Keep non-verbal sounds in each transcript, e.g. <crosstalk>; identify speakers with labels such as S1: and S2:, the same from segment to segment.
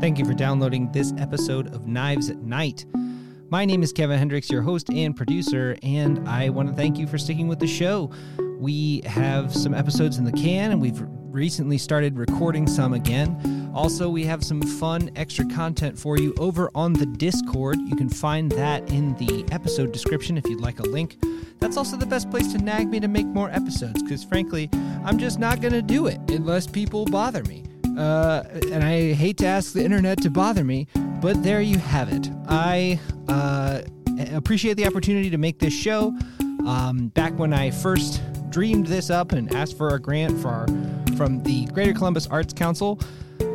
S1: Thank you for downloading this episode of Knives at Night. My name is Kevin Hendricks, your host and producer, and I want to thank you for sticking with the show. We have some episodes in the can, and we've recently started recording some again. Also, we have some fun extra content for you over on the Discord. You can find that in the episode description if you'd like a link. That's also the best place to nag me to make more episodes, because frankly, I'm just not going to do it unless people bother me. Uh, and I hate to ask the internet to bother me, but there you have it. I uh, appreciate the opportunity to make this show. Um, back when I first dreamed this up and asked for a grant for our, from the Greater Columbus Arts Council,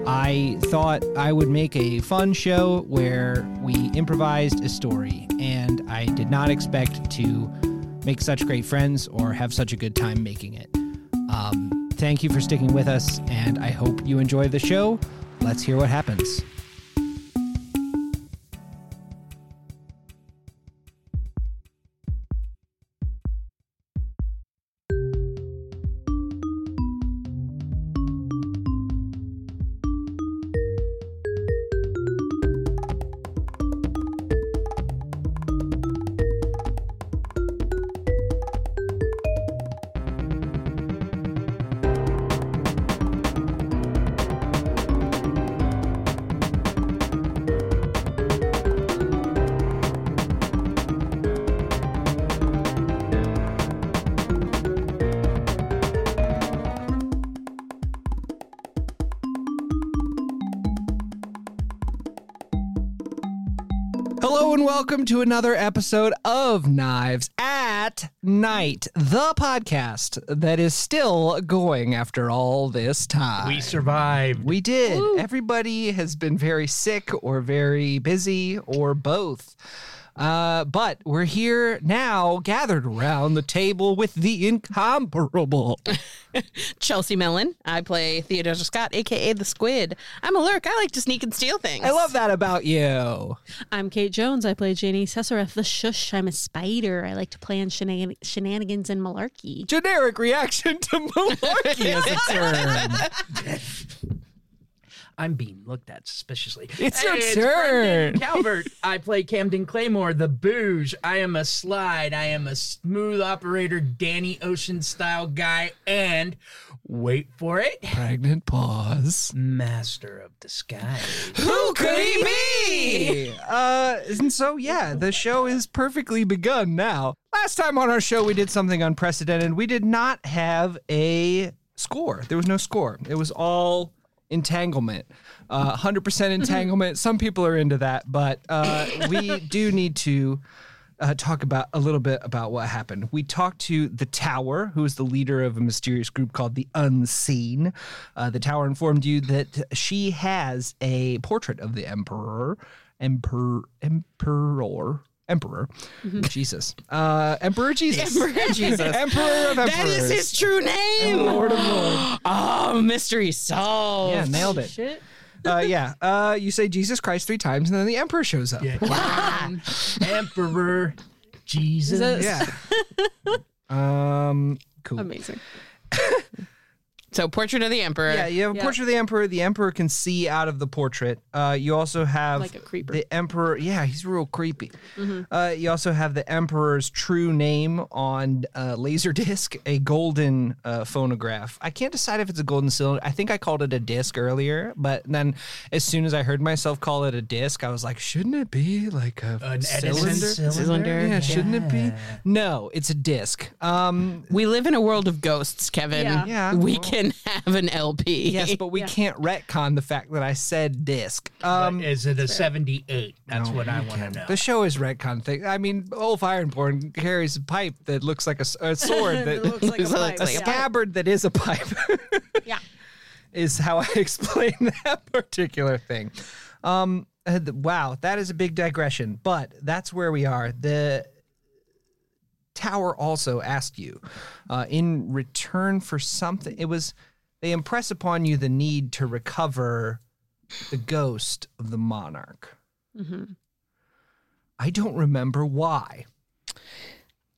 S1: I thought I would make a fun show where we improvised a story, and I did not expect to make such great friends or have such a good time making it. Um, thank you for sticking with us, and I hope you enjoy the show. Let's hear what happens. Hello and welcome to another episode of Knives at Night, the podcast that is still going after all this time.
S2: We survived.
S1: We did. Everybody has been very sick or very busy or both. Uh, but we're here now, gathered around the table with the incomparable.
S3: Chelsea Mellon. I play Theodore Scott, aka the Squid. I'm a lurk. I like to sneak and steal things.
S1: I love that about you.
S4: I'm Kate Jones. I play Janie Sesareth, the shush. I'm a spider. I like to plan shenan- shenanigans and malarkey.
S1: Generic reaction to malarkey as <laughs> a term.
S2: I'm being looked at suspiciously.
S1: It's
S2: Hey,
S1: your turn.
S2: Brendan Calvert. I play Camden Claymore, the booge. I am a slide. I am a smooth operator, Danny Ocean style guy, and wait for it,
S1: Pregnant pause.
S2: master
S1: <laughs>
S2: of disguise.
S1: Who could he be? Uh, and so yeah, the show is perfectly begun now. Last time on our show, we did something unprecedented. We did not have a score. There was no score. It was all entanglement, Uh, hundred <laughs> percent entanglement. Some people are into that, but uh, we do need to. Uh, talk about a little bit about what happened. We talked to the Tower, who is the leader of a mysterious group called the Unseen. Uh, the Tower informed you that she has a portrait of the Emperor, Emperor, Emperor, Emperor, Jesus, uh, Emperor Jesus, <laughs>
S3: Mm-hmm. Emperor Jesus.
S1: Emperor of Emperors.
S3: That is his true name.
S1: Lord of Lords.
S3: <gasps> Oh, mystery solved.
S1: Yeah, nailed it.
S4: Shit.
S1: Uh, yeah, uh, you say Jesus Christ three times, and then the Emperor shows up.
S2: Yeah. Emperor Jesus.
S1: Yeah. um. Cool.
S4: Amazing.
S3: So, Portrait of the Emperor.
S1: Yeah, you have a
S4: Yeah.
S1: portrait of the emperor. The emperor can see out of the portrait. Uh, you also have
S4: Like a creeper. Mm-hmm.
S1: The emperor, yeah, he's real creepy. Uh, you also have the emperor's true name on uh, <laughs> Laserdisc, a golden uh, phonograph. I can't decide if it's a golden cylinder. I think I called it a disc earlier, but then as soon as I heard myself call it a disc, I was like, shouldn't it be like a
S2: An Edison
S1: cylinder?
S2: cylinder?
S1: Yeah, shouldn't it be? No, it's a disc. Um,
S3: We live in a world of ghosts, Kevin.
S4: Yeah.
S1: Yeah.
S3: We can have an LP.
S4: <laughs>
S1: yes, but we can't retcon the fact that I said disc. Um,
S2: Is it a 78? That's what I want to know.
S1: The show is retcon thing. I mean, Olaf Ironborn carries a pipe that looks like a, s- a
S4: <laughs>
S1: sword that, <laughs>
S4: looks like a
S3: So
S4: pipe.
S3: it's
S1: a
S3: like
S4: yeah.
S1: scabbard that is a pipe.
S4: Yeah.
S1: is how I <laughs> explain that particular thing. Um, uh, th- wow, that is a big digression, but that's where we are. The tower also asked you uh, in return for something. It was they impress upon you the need to recover the ghost of the monarch. I don't remember why.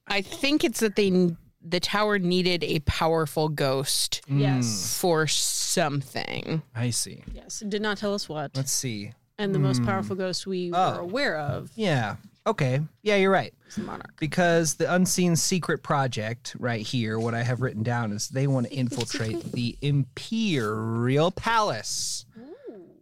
S3: I think it's that they the tower needed a powerful ghost
S1: Mm.
S4: Yes.
S3: for something.
S1: I see.
S4: Yes. Did not tell us what.
S1: Let's see.
S4: and the
S1: Mm.
S4: most powerful ghost we
S1: Oh.
S4: were aware of
S1: Yeah. Okay. Yeah, you're right.
S4: is the monarch.
S1: Because the unseen secret project right here, what I have written down is they want to infiltrate the Imperial Palace.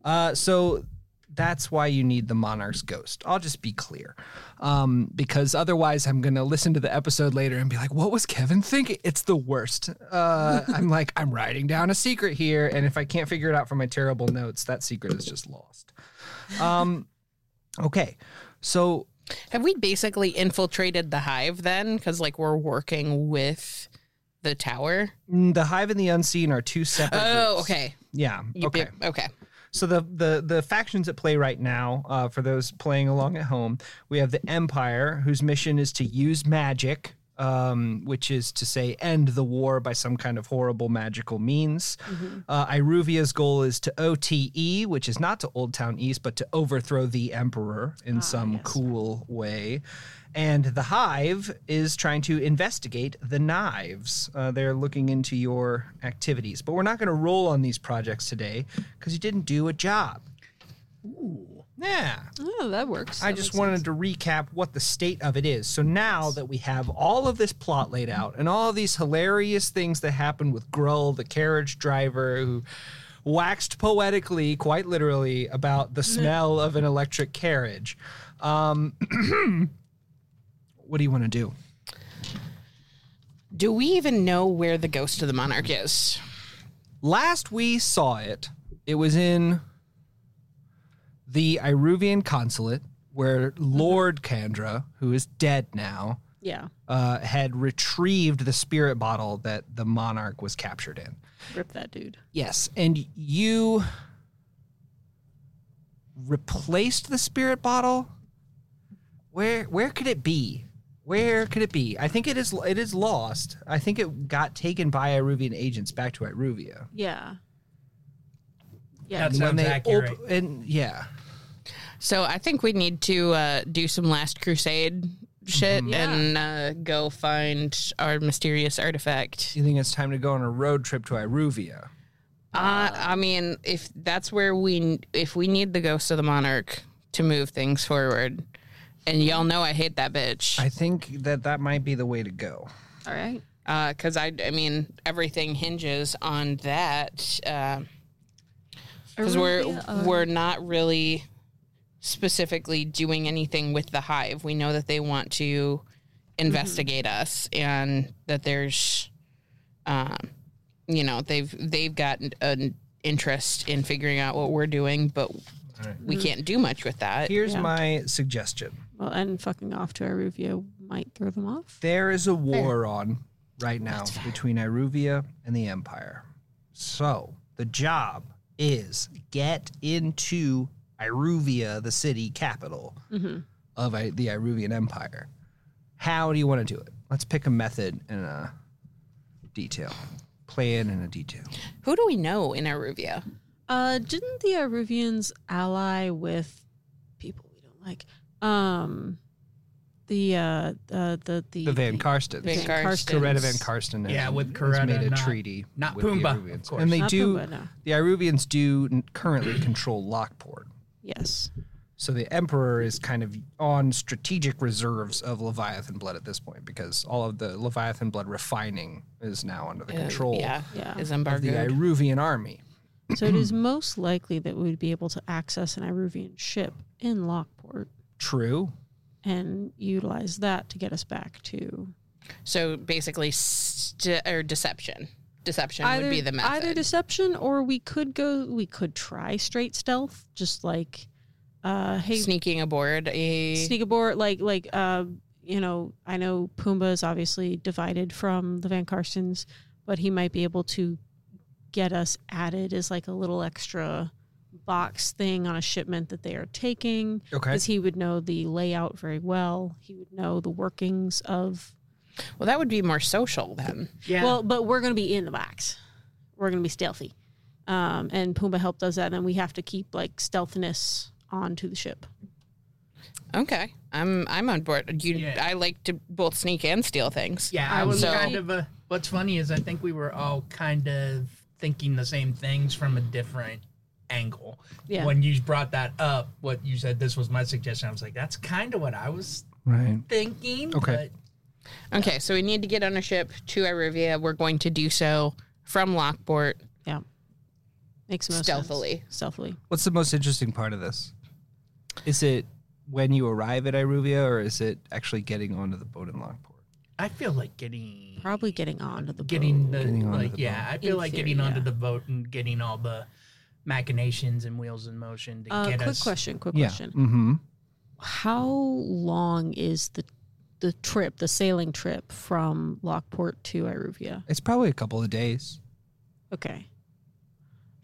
S1: Uh, so that's why you need the monarch's ghost. I'll just be clear. Um, because otherwise, I'm going to listen to the episode later and be like, what was Kevin thinking? It's the worst. Uh, I'm like, I'm writing down a secret here. And if I can't figure it out from my terrible notes, that secret is just lost. Um, okay. So
S3: Have we basically infiltrated the hive then? Because like we're working with the tower.
S1: Mm, The Hive and the Unseen are two separate.
S3: Oh,
S1: groups.
S3: okay.
S1: Yeah.
S3: You
S1: okay.
S3: be- okay.
S1: So the the the factions at play right now, uh, for those playing along at home, we have the Empire, whose mission is to use magic, um, which is to say end the war by some kind of horrible magical means.
S3: Mm-hmm.
S1: Uh, Iruvia's goal is to OTE, which is not to Old Town East, but to overthrow the Emperor in some cool way. And the Hive is trying to investigate the knives. Uh, they're looking into your activities. But we're not going to roll on these projects today because you didn't do a job. Yeah.
S4: Oh, that works.
S1: I just wanted to recap what the state of it is. So now that we have all of this plot laid out and all these hilarious things that happened with Grull, the carriage driver, who waxed poetically, quite literally, about the smell of an electric carriage. Um, <clears throat> what do you want to do?
S3: Do we even know where the ghost of the monarch is?
S1: Last we saw it, it was in the Iruvian consulate where Lord Kandra, who is dead now,
S4: yeah.
S1: uh, had retrieved the spirit bottle that the monarch was captured in.
S4: Rip that dude.
S1: Yes, and you replaced the spirit bottle. Where where could it be? Where could it be? I think it is it is lost. I think it got taken by Iruvian agents back to Iruvia.
S4: Yeah. Yeah.
S2: That's sounds accurate.
S1: op- and yeah,
S3: So I think we need to uh, do some last crusade shit and uh, go find our mysterious artifact.
S1: you think it's time to go on a road trip to Iruvia?
S3: Uh, I mean, if that's where we if we need the ghost of the monarch to move things forward, and y'all know I hate that bitch.
S1: I think that that might be the way to go.
S4: All right.
S3: because Uh, I, I mean, everything hinges on that. Because we're
S4: Arabia, uh,
S3: we're not really specifically doing anything with the hive. We know that they want to investigate
S4: Mm-hmm.
S3: us, and that there's, um, you know, they've they've got an interest in figuring out what we're doing, but we can't do much with that.
S1: Here's my suggestion.
S4: Well, and fucking off to Iruvia might throw them off.
S1: There is a war on right now between Iruvia and the Empire. So the job is get into Iruvia, the city capital
S4: Mm-hmm.
S1: of I- the Iruvian Empire. How do you want to do it? Let's pick a method and a detail, plan and a detail.
S3: Who do we know in Aruvia?
S4: Uh, didn't the Iruvians ally with people we don't like? Um, the uh, uh the the
S1: The Van Karsten.
S3: Van Karstens.
S1: Coretta Van Karsten.
S2: Yeah,
S1: has-
S2: with
S1: has
S2: Coretta,
S1: made a
S2: not-
S1: treaty.
S2: not
S1: with the
S2: Pumbaa,
S1: Iruvians.
S2: of course.
S1: And they
S4: Not
S1: do.
S4: Pumbaa, no.
S1: The Iruvians do n- currently control Lockport.
S4: Yes.
S1: So the Emperor is kind of on strategic reserves of Leviathan blood at this point because all of the Leviathan blood refining is now under the control
S3: Yeah,
S4: Yeah.
S3: is
S1: of the
S3: embargoed.
S1: Iruvian army.
S4: So it
S3: <clears throat>
S4: is most likely that we'd be able to access an Iruvian ship in Lockport
S1: True.
S4: and utilize that to get us back to
S3: So basically, st- or deception. Deception would be the method.
S4: either deception or we could go we could try straight stealth just like uh hey
S3: Sneaking aboard a.
S4: sneak aboard like like uh you know i know pumbaa is obviously divided from the van karstens but he might be able to get us added as like a little extra box thing on a shipment that they are taking
S1: Okay.
S4: because he would know the layout very well he would know the workings of
S3: well, that would be more social then.
S2: yeah.
S4: well but we're going to be in the box we're going to be stealthy um, and pumbaa helped us that and then we have to keep like stealthiness onto the ship
S3: Okay. I'm I'm on board. You
S2: Yeah.
S3: I like to both sneak and steal things.
S2: Yeah, I
S4: Um,
S2: was
S3: so-
S2: kind of a. What's funny is I think we were all kind of thinking the same things from a different angle.
S4: Yeah.
S2: When you brought that up, what you said, this was my suggestion. I was like, that's kind of what I was
S1: Right.
S2: thinking.
S1: Okay.
S3: Okay, so we need to get on a ship to Irivia. We're going to do so from Lockport.
S4: Yeah. Makes most sense.
S3: Stealthily.
S4: Stealthily.
S1: What's the most interesting part of this? Is it when you arrive at Iruvia, or is it actually getting onto the boat in Longport?
S2: But I feel like getting
S4: Probably getting onto the
S2: getting
S4: boat.
S2: the
S1: Getting onto
S2: like
S1: the
S2: yeah. I feel
S4: In
S2: like
S4: theory,
S2: getting onto
S4: yeah.
S2: the boat and getting all the machinations and wheels in motion to
S4: Uh,
S2: get
S4: quick
S2: us.
S4: question. Quick question.
S1: Mm-hmm.
S4: How long is the the trip, the sailing trip from Lockport to Iruvia?
S1: It's probably a couple of days.
S4: Okay.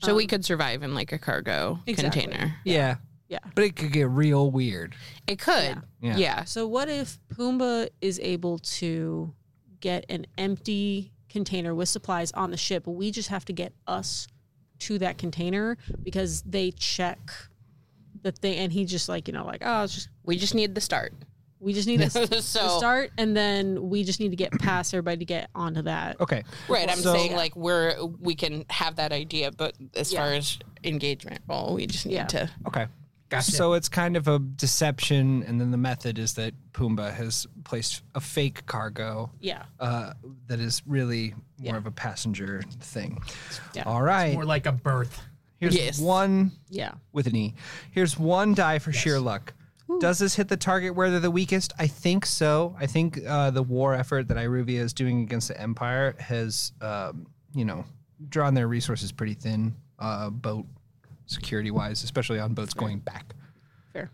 S3: So we
S4: Um,
S3: could survive in like a cargo
S4: Exactly.
S3: container.
S1: Yeah.
S4: Yeah.
S1: But it could get real weird.
S3: It could.
S1: Yeah.
S3: Yeah.
S4: So what if Pumbaa is able to get an empty container with supplies on the ship, but we just have to get us to that container because they check the thing and he just like, you know, like, oh, it's just
S3: We just need the start.
S4: we just <laughs> need to
S3: so
S4: start and then we just need to get past everybody to get onto that.
S1: Okay.
S3: right, I'm
S1: So-
S3: saying like we're we can have that idea, but as
S4: Yeah.
S3: far as engagement, well, we just need
S4: Yeah.
S3: to
S1: Okay.
S2: Gotcha.
S1: So it's kind of a deception, and then the method is that Pumbaa has placed a fake cargo
S4: Yeah.
S1: uh, that is really more
S4: Yeah.
S1: of a passenger thing.
S4: Yeah.
S1: All right.
S2: more like a berth.
S1: Here's
S3: Yes.
S1: one
S4: Yeah.
S1: with an E. Here's one die for sheer luck. Does this hit the target where they're the weakest? I think so. I think uh, the war effort that Iruvia is doing against the Empire has, um, you know, drawn their resources pretty thin, uh, boat security wise, especially on boats going back
S4: Fair.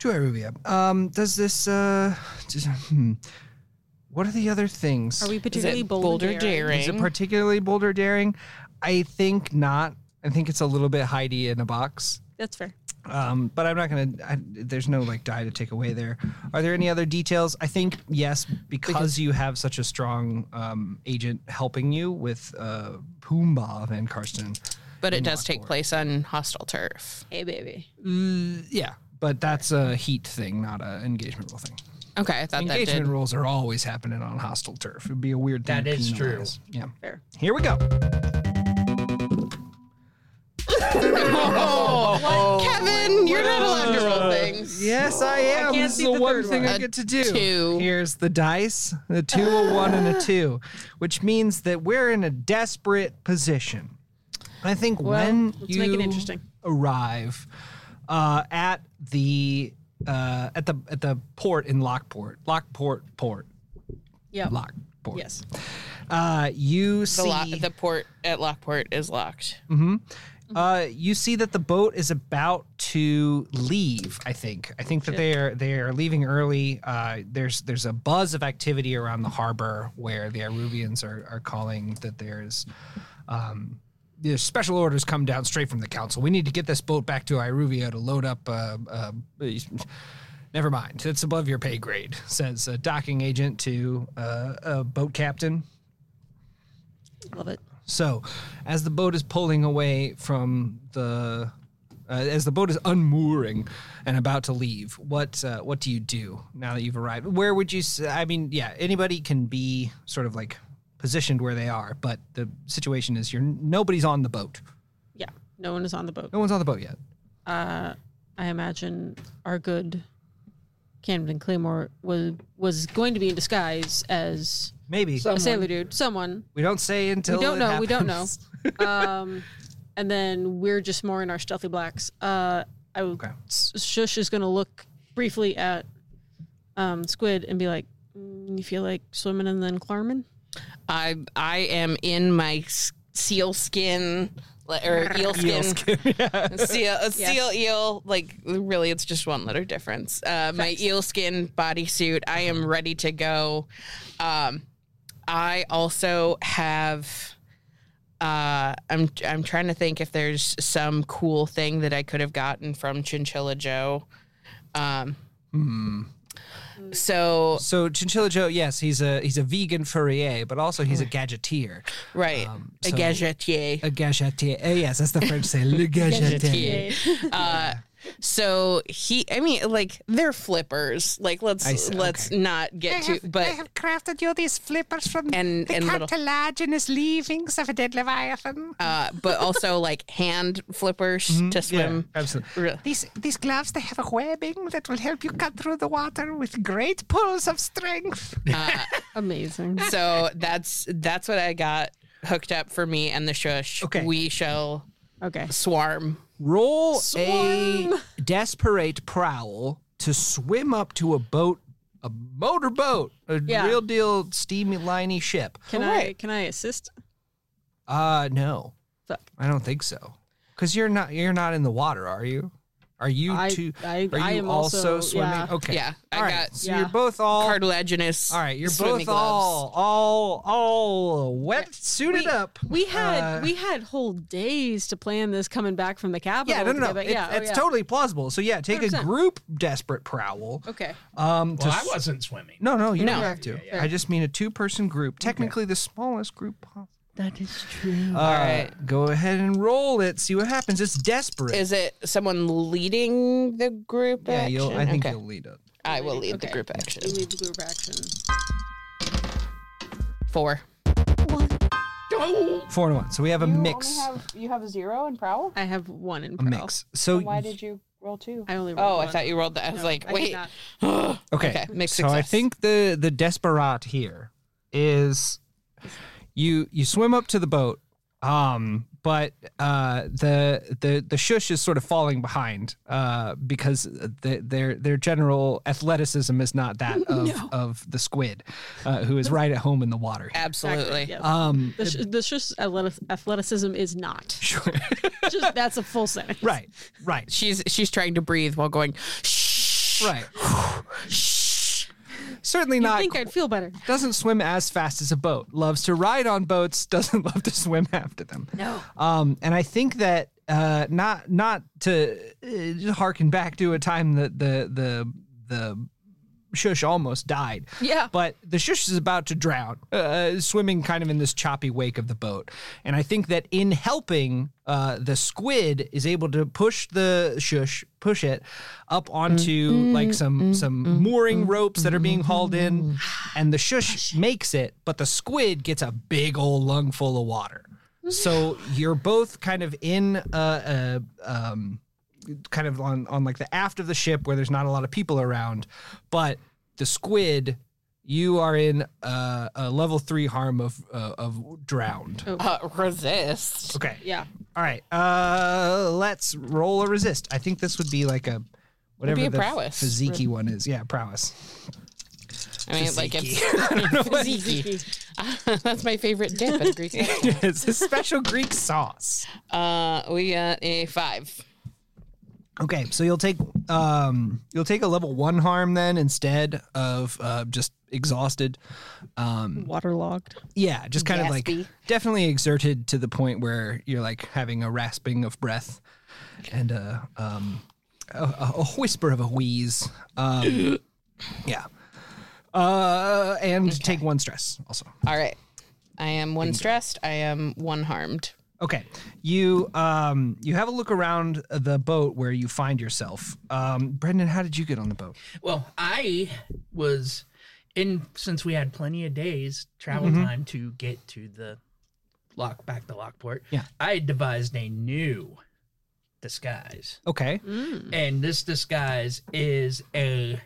S1: to Iruvia. Um, does this? Uh, does- hmm. What are the other things?
S4: Are we
S3: is
S4: particularly
S3: it
S4: bold,
S3: boulder
S4: and daring?
S3: daring.
S1: Is it particularly boulder daring? I think not. I think it's a little bit Heidi in a box.
S4: That's fair.
S1: Um, but I'm not gonna. I, there's no like die to take away there. Are there any other details? I think yes, because, you have such a strong um, agent helping you with uh, Pumbaa Van Karsten.
S3: but it does take place on hostile turf.
S4: Hey baby.
S1: Uh, yeah, but that's a heat thing, not a engagement rule thing.
S3: Okay, I thought that
S1: Engagement
S3: did.
S1: rules are always happening on hostile turf. It'd be a weird thing.
S2: That
S1: to
S2: is true.
S1: penalize. Yeah.
S4: Fair.
S1: Here we go.
S3: Kevin, you're not allowed to roll things.
S1: Yes, I am.
S4: can't
S1: this
S4: see
S1: is the,
S4: the
S1: one
S4: third
S1: thing
S4: one.
S1: I
S3: A
S1: get to do.
S3: two.
S1: Here's the dice, the two, a one, and a two, which means that we're in a desperate position. I think when
S4: let's
S1: you
S4: make it interesting.
S1: arrive uh, at the uh, at the at the port in Lockport, Lockport port,
S4: Yeah.
S1: Lockport.
S4: Yes.
S1: Uh, you
S3: The,
S1: see
S3: lo- the port at Lockport is locked.
S1: Uh, you see that the boat is about to leave. I think. I think that they are they are leaving early. Uh, there's there's a buzz of activity around the harbor where the Iruvians are are calling that there's. Um, there's special orders come down straight from the council. We need to get this boat back to Iruvia to load up. Uh, uh, never mind, it's above your pay grade, says a docking agent to uh, a boat captain.
S4: Love it.
S1: So, as the boat is pulling away from the, uh, as the boat is unmooring and about to leave, what uh, what do you do now that you've arrived? Where would you? s- I mean, yeah, anybody can be sort of like positioned where they are, but the situation is you're nobody's on the boat.
S4: Yeah. No one is on the boat.
S1: No one's on the boat yet.
S4: uh, I imagine our good Camden Claymore was was going to be in disguise as
S1: Maybe
S4: a sailor dude, someone.
S1: we don't say until
S4: we don't
S1: it
S4: know. We don't know.
S1: happens.
S4: um, <laughs> and then we're just more in our stealthy blacks. Uh, I would
S1: Okay.
S4: S- Shush is going to look briefly at um, Squid and be like, "Mm, "You feel like swimming in the Clarman?"
S3: I I am in my s- seal skin le- or eel skin, <laughs> seal a seal eel. Like really, it's just one letter difference. Uh, my eel skin bodysuit. I am ready to go. Um, I also have. Uh, I'm I'm trying to think if there's some cool thing that I could have gotten from Chinchilla Joe. Um, So
S1: So Chinchilla Joe, yes, he's a he's a vegan furrier, but also he's a gadgeteer.
S3: right, a
S1: so-
S3: gadgetier.
S1: A gadgeteer. Oh, yes, that's the French say le gadgetier.
S3: <laughs> Uh, So he, I mean, like they're flippers. Like let's
S1: I see,
S3: let's not get too. But
S5: crafted you these flippers from
S3: and and little,
S5: cartilaginous leavings of a dead leviathan.
S3: uh, but also like hand flippers
S1: Mm-hmm.
S3: to swim.
S1: absolutely.
S3: Re-
S5: These these gloves they have a webbing that will help you cut through the water with great pulls of strength.
S3: Uh,
S4: Amazing.
S3: So that's that's what I got hooked up for me and the shush.
S1: Okay.
S3: we shall
S4: <laughs> Okay.
S3: swarm.
S1: Roll
S4: Swarm.
S1: a desperate prowl to swim up to a boat, a motor boat, a
S4: Yeah.
S1: real deal steam liney ship.
S4: Can I
S3: Alright.
S4: can I assist?
S1: Uh no.
S4: Fuck.
S1: I don't think so. Cuz you're not you're not in the water, are you? Are you
S4: I-
S1: two
S4: I-
S1: are you
S4: I am
S1: also,
S4: also-
S1: swimming?
S4: yeah.
S1: Okay.
S3: Yeah, I
S1: All right.
S3: got
S1: So
S4: Yeah.
S1: you're both all
S3: cartilaginous.
S1: All right, you're
S3: swimming
S1: both
S3: gloves.
S1: all all all wet suited
S4: We-
S1: up.
S4: We had
S1: Uh,
S4: we had whole days to plan this coming back from the capital.
S1: yeah, no, no,
S4: to get
S1: no.
S4: back-
S1: It-
S4: yeah, oh,
S1: it's
S4: yeah.
S1: totally plausible. So yeah, take a
S4: 100%.
S1: group desperate prowl.
S4: okay.
S1: Um, to
S2: Well, I
S1: s-
S2: wasn't swimming.
S1: No, no, you
S3: No.
S1: don't have to. I just mean a two-person group, technically the smallest group possible.
S4: That is true.
S1: All right,
S3: right.
S1: go ahead and roll it. See what happens. It's desperate.
S3: Is it someone leading the group?
S1: yeah,
S3: action?
S1: you'll, I think
S3: Okay.
S1: you'll lead it.
S3: I will lead the
S4: Okay.
S3: group action.
S4: We leave the group action.
S3: Four.
S1: Four and one. So we have a mix,
S3: you have Oh, a zero in prowl.
S4: I have one in
S1: Oh. a
S4: pro.
S1: mix. So
S3: you roll two?
S4: I only rolled
S3: Oh, I
S4: one.
S3: thought you rolled that. I was like,
S4: I did
S3: wait.
S4: not.
S1: Okay.
S3: Okay, mixed
S1: so I
S3: success.
S1: think the the desperate here is you you swim up to the boat, um, but uh, the the the shush is sort of falling behind uh, because the, their their general athleticism is not
S3: <laughs>
S1: that of, of the squid, uh, who is right at home in the water. here.
S3: Absolutely.
S4: Yes.
S1: Um,
S4: the, sh- the sh's athletic- athleticism is not.
S1: sure.
S4: <laughs> Just that's a full sentence.
S1: right, right,
S3: She's she's trying to breathe while going. Shh.
S1: right. Certainly not.
S4: I think I'd feel better.
S1: doesn't swim as fast as a boat. Loves to ride on boats. <laughs> Doesn't love to swim after them. No. Um, and I think that uh, not not to uh, just harken back to a time that the the the shush almost died.
S4: Yeah.
S1: But the shush is about to drown, uh, swimming kind of in this choppy wake of the boat. And I think that in helping, uh, the squid is able to push the shush, push it up onto like some some mooring ropes that are being hauled in, and the shush makes it, but the squid gets a big old lung full of water. So you're both kind of in uh, a, a um, kind of on on like the aft of the ship where there's not a lot of people around, but the squid, you are in a, a level three harm of uh, of drowned.
S3: Uh, resist.
S1: Okay.
S4: Yeah.
S1: All right. Uh, let's roll a resist. I think this would be like a whatever
S3: be a
S1: the
S3: prowess.
S1: physique one is. Yeah, prowess. <laughs>
S3: I mean, like it's physique. <laughs> That's my favorite dip in Greek. salad.
S1: it's a special Greek sauce.
S3: Uh, we got a five.
S1: Okay, so you'll take um you'll take a level one harm then instead of uh, just exhausted. Mm.
S4: Waterlogged.
S1: Yeah, just kind of
S3: Gaspy.
S1: like definitely exerted to the point where you're like having a rasping of breath and a um a, a a whisper of a wheeze. Um, yeah. Uh, and take one stress also.
S3: All right. I am one stressed. I am one harmed.
S1: Okay, you um you have a look around the boat where you find yourself. Um, Brendan, how did you get on the boat?
S2: Well, I was in since we had plenty of days travel time to get to the lock back to Lockport.
S1: Yeah.
S2: I devised a new disguise.
S1: Okay,
S2: And this disguise is a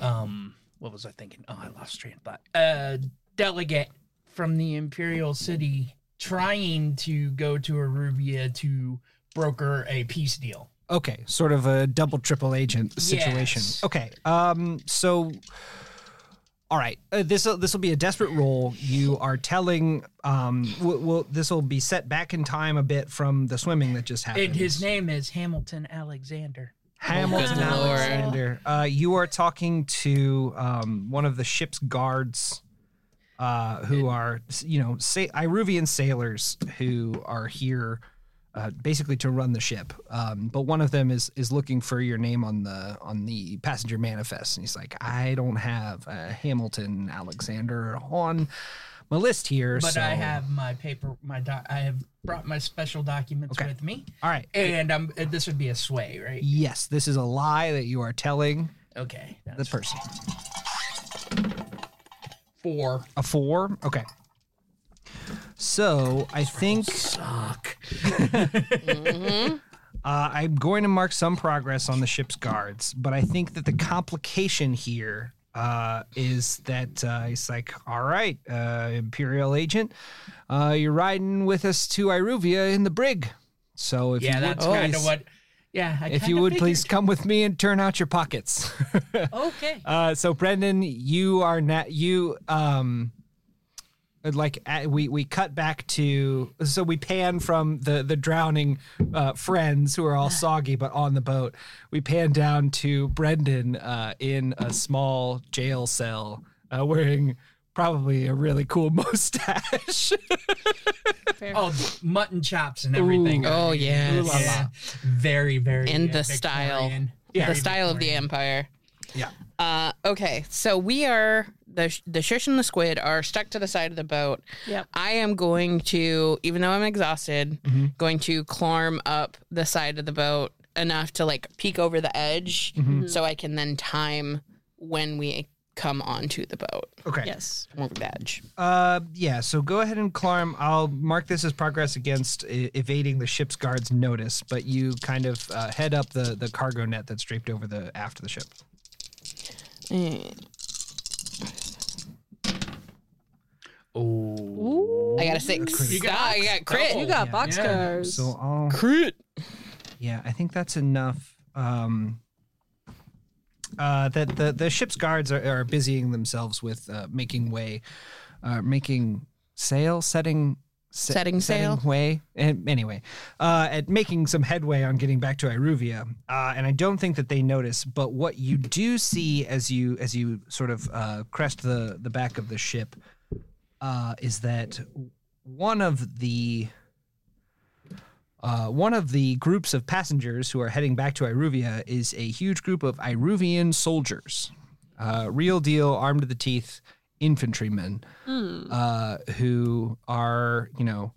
S2: um what was I thinking? Oh, I lost train of thought. A delegate from the Imperial City trying to go to Arubia to broker a peace deal.
S1: okay, sort of a double triple agent situation.
S2: Yes.
S1: Okay, um, so all right, uh, this this will be a desperate role. You are telling um, we'll, we'll this will be set back in time a bit from the swimming that just happened.
S2: And his name is Hamilton Alexander.
S1: Hamilton
S3: Good lord.
S1: Alexander. Uh, you are talking to um, one of the ship's guards, uh, who are you know sa- Iruvian sailors who are here uh, basically to run the ship. Um, but one of them is is looking for your name on the on the passenger manifest, and he's like, I don't have a Hamilton Alexander on. my list here.
S2: But
S1: so-
S2: I have my paper, my doc, I have brought my special documents
S1: Okay.
S2: with me,
S1: All right.
S2: and I'm uh, this would be a sway, right?
S1: Yes, this is a lie that you are telling
S2: Okay,
S1: the
S2: that's
S1: person.
S2: four.
S1: A four? Okay. So I think
S2: Suck.
S1: <laughs> uh, I'm going to mark some progress on the ship's guards, but I think that the complication here uh, is that uh, it's like, all right, uh, Imperial agent, uh, you're riding with us to Iruvia in the brig. So if
S2: Yeah,
S1: you
S2: that's
S1: would
S2: kind of
S1: please-
S2: what. Yeah, I
S1: If
S2: kinda
S1: you would
S2: figured-
S1: please come with me and turn out your pockets.
S2: Okay.
S1: Uh, so Brendan, you are not you. Um, like uh, we we cut back to so we pan from the the drowning uh, friends who are <sighs> all soggy but on the boat. We pan down to Brendan uh, in a small jail cell, uh, wearing probably a really cool <laughs> mustache.
S2: Oh, mutton chops and everything.
S3: Oh yes.
S1: la, la.
S2: Yeah. Very, very.
S3: In
S2: uh,
S3: the style.
S2: Victorian.
S3: the
S2: Very
S3: style of the
S2: Victorian.
S3: empire.
S1: yeah.
S3: Uh, okay, so we are the sh- the shush and the squid are stuck to the side of the boat.
S4: Yep.
S3: I am going to, even though I'm exhausted,
S2: Mm-hmm.
S3: going to climb up the side of the boat enough to like peek over the edge,
S2: Mm-hmm.
S3: so I can then time when we come onto the boat
S1: Okay.
S4: Yes.
S3: over the edge.
S1: Uh, yeah. So go ahead and climb. I'll mark this as progress against e- evading the ship's guard's notice, but you kind of uh, head up the the cargo net that's draped over the aft of the ship.
S2: Oh.
S3: I got a six.
S2: You got- Oh.
S3: Ah, I got crit.
S2: Double.
S4: You got
S2: Yeah.
S4: box
S2: Yeah.
S4: cars.
S1: So I'll.
S3: Crit.
S1: Yeah, I think that's enough. Um, uh, that the the ship's guards are, are busying themselves with uh, making way, uh, making sail, setting. se-
S3: Setting sail?
S1: way and anyway uh at making some headway on getting back to iruvia uh and i don't think that they notice but what you do see as you as you sort of uh crest the the back of the ship uh is that one of the uh, one of the groups of passengers who are heading back to Iruvia is a huge group of Iruvian soldiers, uh, real deal, armed to the teeth infantrymen
S3: Hmm.
S1: uh, who are, you know,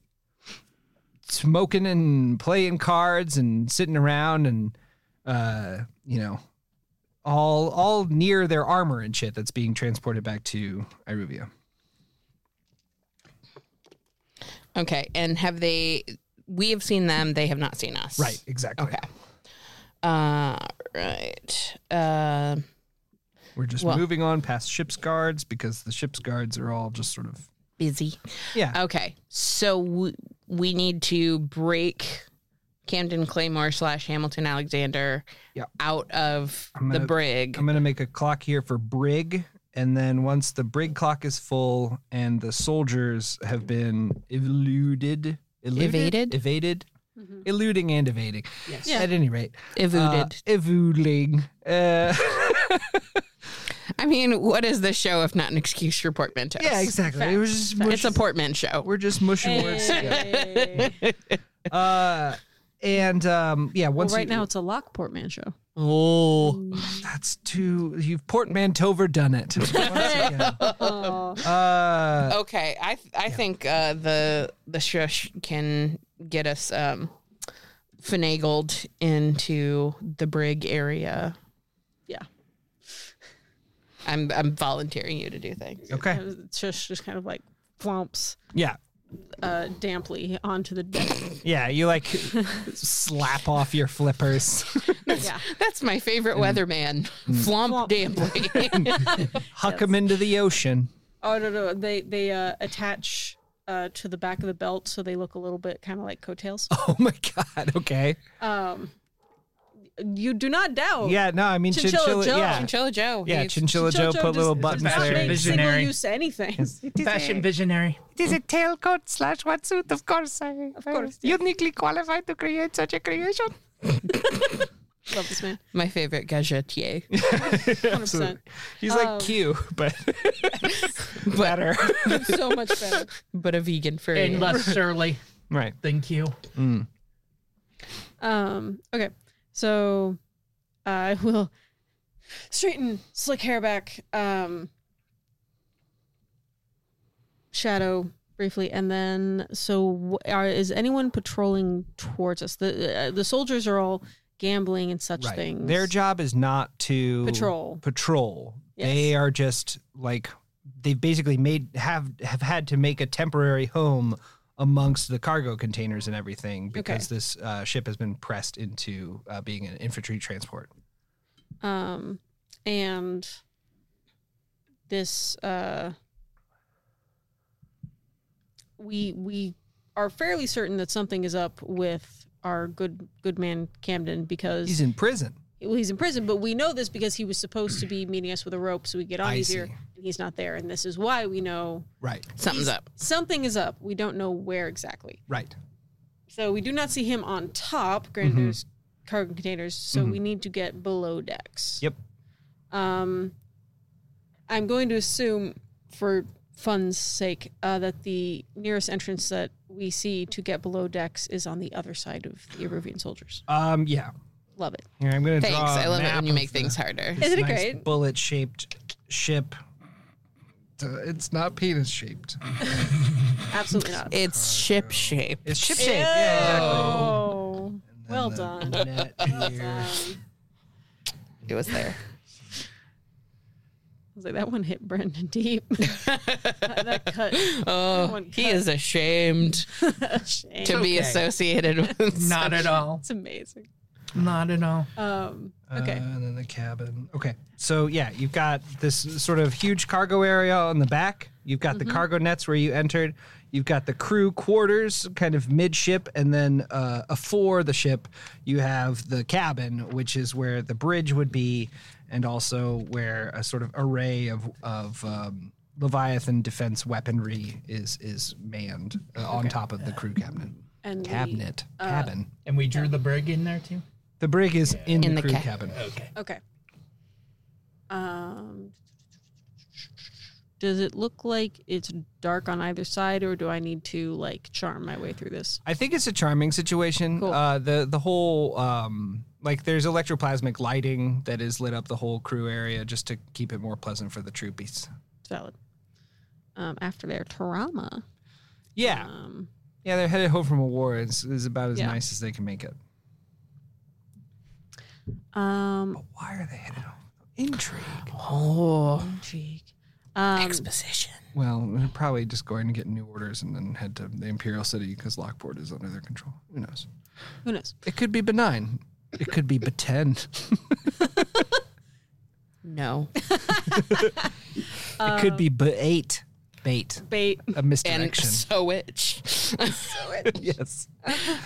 S1: smoking and playing cards and sitting around and, uh, you know, all all near their armor and shit that's being transported back to Iruvia.
S3: Okay, and have they? We have seen them. They have not seen us.
S1: Right, exactly.
S3: Okay. Uh, right. Um.
S1: We're just
S3: Well-
S1: moving on past ship's guards because the ship's guards are all just sort of
S3: busy.
S1: yeah.
S3: Okay, so we, we need to break Camden Claymore slash Hamilton Alexander
S1: Yeah.
S3: out of
S1: I'm
S3: the
S1: gonna-
S3: brig.
S1: I'm uh, gonna make a clock here for brig, and then once the brig clock is full and the soldiers have been eluded, eluded?
S3: Evaded?
S1: evaded,
S4: Mhm.
S1: eluding and evading.
S2: Yes.
S1: At any rate,
S3: Evaded.
S1: uh, evading. Uh, <laughs>
S3: I mean, what is this show if not an excuse for portmanteaus?
S1: yeah, exactly. It was just mush-
S3: It's a portmanteau.
S1: we're just mushing
S4: <laughs>
S1: words together.
S4: Hey.
S1: Uh, and um, yeah,
S4: well,
S1: once
S4: right
S1: you-
S4: now it's a Lockport Man show.
S1: oh, that's too. You've portmanteauver done it. Once again.
S4: Oh,
S1: Uh,
S3: Okay, I I think uh, the the shush can get us um, finagled into the brig area.
S4: yeah.
S3: I'm I'm volunteering you to do things. <laughs>
S1: okay.
S4: It's just, just kind of like flumps
S1: Yeah.
S4: uh, damply onto the deck.
S1: <laughs> Yeah, you like slap off your flippers,
S4: yeah.
S3: That's my favorite weatherman,
S1: Mm.
S3: Flomp Damply. <laughs>
S1: huck them into the ocean.
S4: Oh no no they they uh, attach uh, to the back of the belt so they look a little bit kind of like coattails.
S1: <laughs> Oh my god. Okay.
S4: Um, you do not doubt.
S1: Yeah. No, I mean chinchilla.
S4: Chinchilla Joe.
S1: yeah.
S3: Chinchilla Joe.
S1: yeah,
S3: he's-
S1: chinchilla Joe
S4: Jojo
S1: put
S4: just
S1: little
S4: does
S1: buttons
S4: not
S2: fashion
S1: there.
S4: make single
S2: Visionary.
S4: use anything.
S5: It is,
S2: Fashion
S5: a,
S2: visionary.
S5: it is a tailcoat slash wetsuit, of course. I, of
S4: course,
S5: Uniquely qualified to create such a creation.
S4: <laughs> Love this man.
S3: My favorite gadgetier.
S4: 100%.
S1: He's like
S4: Um,
S1: Q, but
S5: <laughs>
S1: <laughs> better.
S4: so much better.
S3: but a vegan for
S2: And less surly.
S1: right.
S2: Thank you.
S1: Mm.
S4: Um, okay, so I will straighten slick hair back. Um, Shadow briefly, and then so wh- are, is anyone patrolling towards us? The uh, the soldiers are all gambling and such things.
S1: Their job is not to
S4: patrol.
S1: Patrol.
S4: Yes.
S1: They are just like they've basically made have have had to make a temporary home amongst the cargo containers and everything because this uh, ship has been pressed into uh, being an infantry transport.
S4: Um, and this uh, we we are fairly certain that something is up with our good good man Camden because
S1: He's in prison.
S4: well, he's in prison, but we know this because he was supposed to be meeting us with a rope, so we get on
S1: I
S4: easier,
S1: see.
S4: and he's not there, and this is why we know
S1: Right.
S3: Something's up.
S4: something is up. We don't know where exactly.
S1: Right.
S4: So we do not see him on top. Granted,
S1: Mhm.
S4: there's cargo containers, so
S1: Mhm.
S4: we need to get below decks.
S1: Yep.
S4: Um, I'm going to assume, for fun's sake, uh, that the nearest entrance that we see to get below decks is on the other side of the Eruvian soldiers.
S1: Um. Yeah.
S4: Love it.
S1: Here I'm gonna
S3: Thanks.
S1: draw. a
S3: I love it
S1: map
S3: when you
S1: of
S3: make
S1: the- <laughs>
S3: things <laughs> harder.
S1: this
S4: Isn't it
S1: nice
S4: great?
S1: Bullet shaped ship. It's not penis shaped.
S4: Absolutely not.
S3: <laughs> It's ship shape.
S1: It's ship shaped. Yeah,
S4: Oh,
S1: exactly.
S4: well done.
S1: Well
S4: Um,
S3: It was there.
S4: I was like, that one hit Brendan deep. that, that cut.
S3: Oh,
S4: one
S3: he
S4: cut.
S3: is ashamed
S4: Shame.
S3: to be
S2: okay.
S3: associated with.
S2: Not at all.
S4: It's amazing.
S2: Not at all.
S4: Um, okay.
S1: Uh, and then the cabin. Okay. So yeah, you've got this sort of huge cargo area on the back. You've got
S3: Mm-hmm.
S1: the cargo nets where you entered. You've got the crew quarters, kind of midship, and then uh, afore the ship, you have the cabin, which is where the bridge would be, and also where a sort of array of of um, Leviathan defense weaponry is is manned uh, on top of the crew cabinet.
S4: And
S3: uh,
S4: we-
S1: Cabinet, cabin.
S2: And we drew the brig in there too.
S1: The brig is in,
S3: In
S1: the,
S3: the
S1: crew
S3: ca-
S1: cabin.
S2: Okay.
S4: okay. Um, does it look like it's dark on either side, or do I need to like charm my way through this?
S1: I think it's a charming situation.
S4: Cool.
S1: Uh, the the whole um, like there's electroplasmic lighting that is lit up the whole crew area just to keep it more pleasant for the troopies.
S4: It's valid. Um, after their trauma.
S1: Yeah,
S4: Um,
S1: yeah, they're headed home from a war. It's, it's about as
S4: Yeah.
S1: nice as they can make it.
S4: um,
S1: Why are they headed home? Intrigue.
S3: Oh,
S4: intrigue. Um,
S3: exposition.
S1: Well, they're probably just going to get new orders and then head to the Imperial City because Lockport is under their control. Who knows?
S4: who knows?
S1: It could be benign. It could be <laughs> beten.
S3: No.
S1: it
S4: Uh.
S1: could be bait. Bait.
S4: Bait.
S1: A
S3: And
S1: misdirection.
S3: so which.
S1: <laughs>
S4: <laughs>
S1: yes.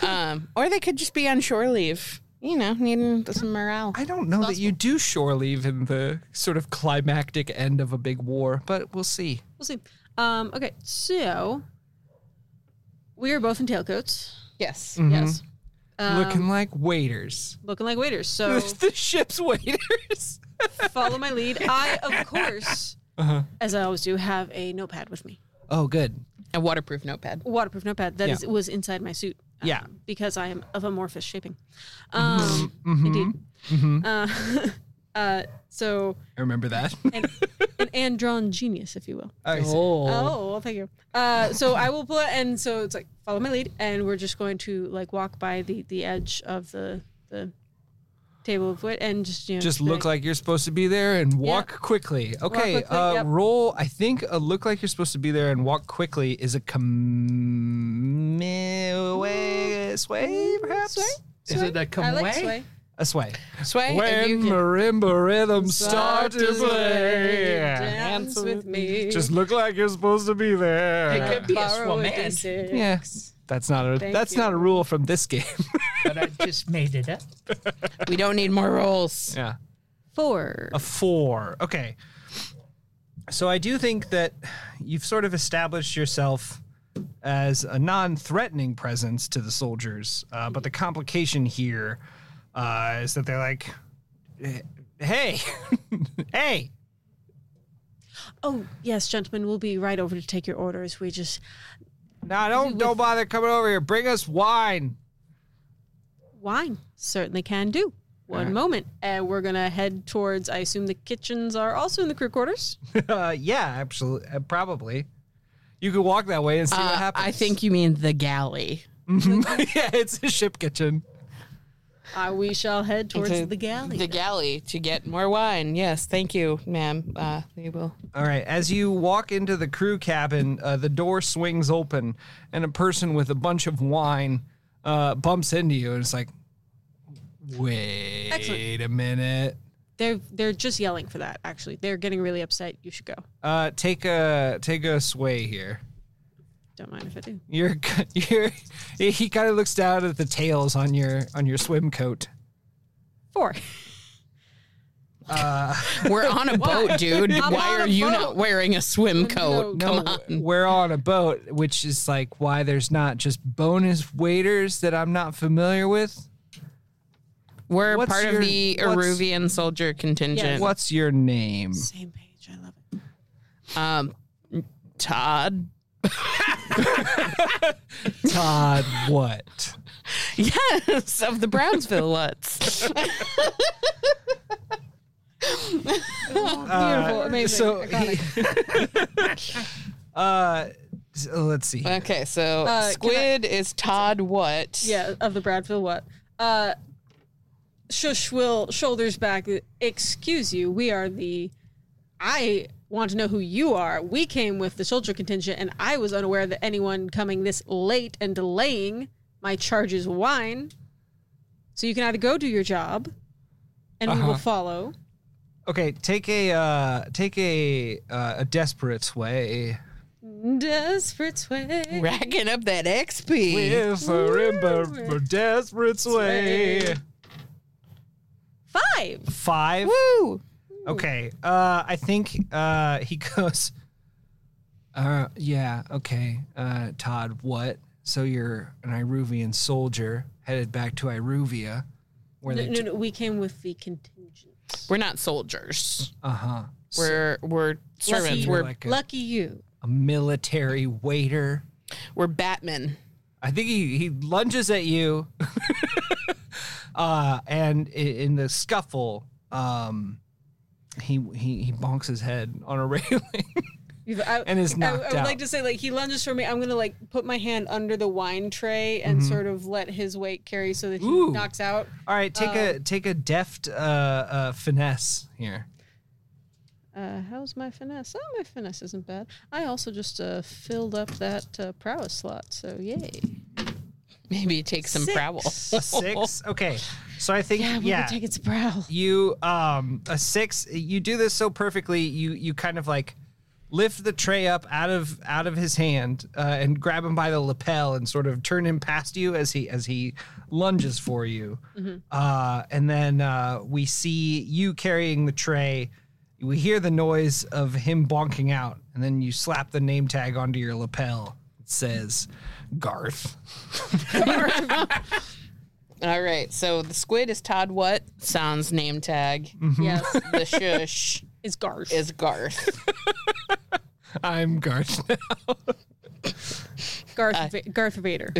S3: um, or they could just be on shore leave. You know, needing some morale.
S1: I don't know that you do shore leave in the sort of climactic end of a big war, but we'll see.
S4: We'll see. Um, okay, so we are both in tailcoats.
S3: Yes.
S1: Mm.
S4: Yes.
S1: Looking like waiters.
S4: Looking like waiters. Um,
S1: <laughs>
S4: So
S1: the ship's waiters. <laughs>
S4: follow my lead. I, of course,
S1: Uh-huh.
S4: as I always do, have a notepad with me.
S1: Oh, good.
S3: A waterproof notepad.
S4: Waterproof notepad that
S1: Yeah.
S4: is, was inside my suit. um,
S1: Yeah.
S4: Because I am of amorphous shaping. Um,
S1: Mhm.
S4: Indeed.
S1: Mhm.
S4: Uh, <laughs> uh, so,
S1: I remember that. <laughs>
S4: an andron genius, if you will.
S1: I see.
S4: Oh, well, thank you. Uh, so I will put, and so it's like follow my lead, and we're just going to like walk by the the edge of the the table of wit, and just you know,
S1: Just
S4: be
S1: look like you're supposed to be there and walk quickly. Okay,
S4: quickly,
S1: uh,
S4: yep.
S1: roll. I think a look like you're supposed to be there and walk quickly is a com- way, sway, perhaps?
S2: Is it a come
S4: I like
S2: away?
S4: sway.
S1: A sway.
S3: Sway. if
S1: When
S3: you can-
S1: marimba rhythms start to play.
S4: dance with me.
S1: Just look like you're supposed to be
S2: It
S1: there.
S2: could be a
S4: borrow a
S2: woman,
S4: D6.
S1: Yeah. That's not a
S4: Thank
S1: that's
S4: you.
S1: not a rule from this game. <laughs>
S2: but I just made it up.
S3: we don't need more rolls.
S1: yeah.
S4: Four.
S1: A four. Okay. So I do think that you've sort of established yourself as a non-threatening presence to the soldiers, uh, but the complication here uh, is that they're like, "Hey, <laughs> hey,
S4: Oh yes, gentlemen, we'll be right over to take your orders. We just
S1: now don't don't bother coming over here. Bring us wine." <laughs>
S4: wine certainly can do. One moment, and we're gonna head towards. I assume the kitchens are also in the crew quarters.
S1: Uh, yeah, absolutely, uh, probably. You could walk that way and see
S3: Uh,
S1: what happens. <laughs>
S3: I think you mean the galley.
S1: Mhm. <laughs> yeah, it's a ship kitchen.
S4: Uh, we shall head towards the galley.
S3: The galley to get more wine. Yes, thank you, ma'am. Uh, we will.
S1: All right. As you walk into the crew cabin, uh, the door swings open, and a person with a bunch of wine uh, bumps into you, and it's like, wait
S4: Excellent.
S1: a minute.
S4: they're they're just yelling for that. Actually, they're getting really upset. You should go.
S1: Uh, take a take a sway here.
S4: Don't mind if I do.
S1: You're <laughs> you're. He kind of looks down at the tails on your on your swim coat.
S4: Four.
S3: We're on a boat, <laughs> dude.
S4: I'm
S3: Why
S4: on a
S3: are you
S4: boat.
S3: not wearing a swim coat?
S4: no.
S3: Come
S1: w-
S3: on.
S1: Oh, We're on a boat, which is like why there's not just bonus waiters that I'm not familiar with.
S3: We're
S1: What's
S3: part
S1: your-
S3: of the
S1: what's-
S3: Aruvian soldier contingent.
S1: What's your name?
S4: Same page. I love it.
S3: Um, Todd. <laughs>
S1: Todd <laughs> what?
S3: Yes, of the
S4: <laughs>
S3: Brownsville Lutz. Uh,
S4: Beautiful, amazing.
S1: So he, <laughs> uh, s- let's see. here.
S3: okay, so
S4: Uh, can I-
S3: Squid is Todd what?
S4: yeah, of the Bradfield what? Uh, shush will shoulders back. Excuse you. We are the. I want to know who you are. We came with the soldier contingent, and I was unaware that anyone coming this late and delaying my charges wine. So you can either go do your job, and we will
S1: Uh-huh.
S4: follow.
S1: Okay, take a uh, take a uh, a desperate way.
S4: Desperate way.
S3: Racking up that XP.
S1: If I remember desperate way.
S4: Five.
S1: Five.
S3: Woo!
S1: Okay. Uh, I think uh, he <laughs> goes. Uh, yeah. Okay. Uh, Todd, what? So you're an Iruvian soldier headed back to Iruvia, where
S4: No,
S1: they.
S4: no, no, we came with the contingent.
S3: We're not soldiers.
S1: uh huh.
S3: We're we're servants.
S1: You're
S3: We're
S1: like a,
S4: Lucky you.
S1: a military waiter.
S3: we're Batman.
S1: I think he, he lunges at you, <laughs> uh, and i- in the scuffle, um, he, he he bonks his head on a <laughs> railing.
S4: You've- I,
S1: And is
S4: I- I,
S1: knocked
S4: would
S1: out.
S4: like to say, like, he lunges for me. I'm going to, like, put my hand under the wine tray and sort of let his weight carry so that he
S1: Mm-hmm. Ooh.
S4: knocks out.
S1: All right, take a take a deft uh, uh, finesse here.
S4: Uh, how's my finesse? Oh, my finesse isn't bad. I also just uh, filled up that uh, prowess slot, so yay.
S3: Maybe take some
S4: Six.
S3: prowl.
S1: A
S4: <laughs>
S1: six. Okay, so I think
S4: Yeah,
S1: yeah,
S4: we yeah. take its prowl.
S1: <laughs> you um a six. You do this so perfectly. You you kind of like lift the tray up out of out of his hand uh, and grab him by the lapel and sort of turn him past you as he as he lunges for you.
S4: Mm-hmm.
S1: Uh, and then uh, we see you carrying the tray. We hear the noise of him bonking out, and then you slap the name tag onto your lapel. It says Garth. <laughs>
S3: All right. So the squid is Todd what? Sounds name tag.
S1: Mm-hmm.
S4: Yes,
S3: The shush
S4: it's Garsh.
S3: is Garth.
S1: I'm Garth. <laughs>
S4: Garth, Va- Garth <laughs> Vader.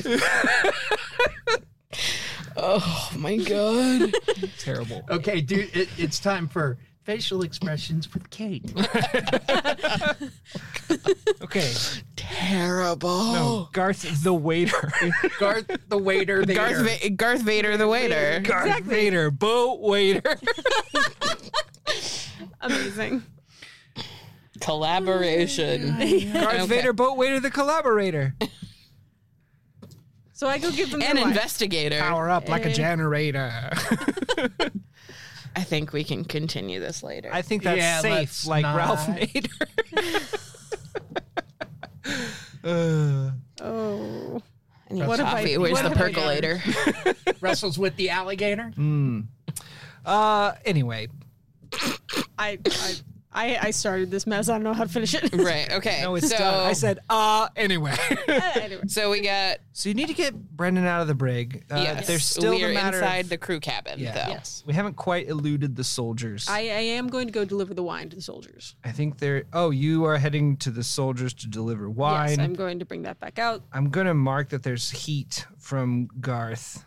S3: Oh my god.
S1: Terrible.
S2: Okay, dude, it, it's time for facial expressions with Kate.
S1: Okay. Oh.
S3: Terrible.
S1: No, Garth the <laughs> waiter.
S2: Garth the waiter. There.
S3: Garth Va- Garth Vader the waiter.
S1: Garth Vader, boat waiter. <laughs>
S4: Amazing.
S3: Collaboration.
S1: Garth
S3: Okay.
S1: Vader, boat waiter, the collaborator.
S4: So I go give them their
S3: An
S4: wine.
S3: investigator.
S1: Power up like a generator.
S3: I think we can continue this later.
S1: I think that's
S2: Yeah,
S1: safe,
S2: let's
S1: like
S2: not.
S1: Ralph <laughs> Nader. Uh,
S4: Oh.
S3: I need
S4: What if I-
S3: coffee. Where's
S4: what
S3: the
S1: <laughs>
S4: if I-
S3: percolator?
S2: wrestles with the alligator.
S1: uh, anyway,
S4: I, I, I, I started this mess. I don't know how to finish it.
S3: right. Okay.
S1: no, it's
S3: so,
S1: done. I said, uh, anyway. <laughs>
S4: <laughs> anyway.
S3: so we got
S1: so you need to get Brendan out of the brig. Uh,
S3: yes.
S1: There's still
S3: we
S1: the
S3: are
S1: matter of-
S3: inside the crew cabin
S1: Yeah.
S3: though.
S4: Yes.
S1: we haven't quite eluded the soldiers.
S4: I, I am going to go deliver the wine to the soldiers.
S1: I think they're. Oh, you are heading to the soldiers to deliver wine.
S4: Yes, I'm going to bring that back out.
S1: I'm gonna mark that there's heat from Garth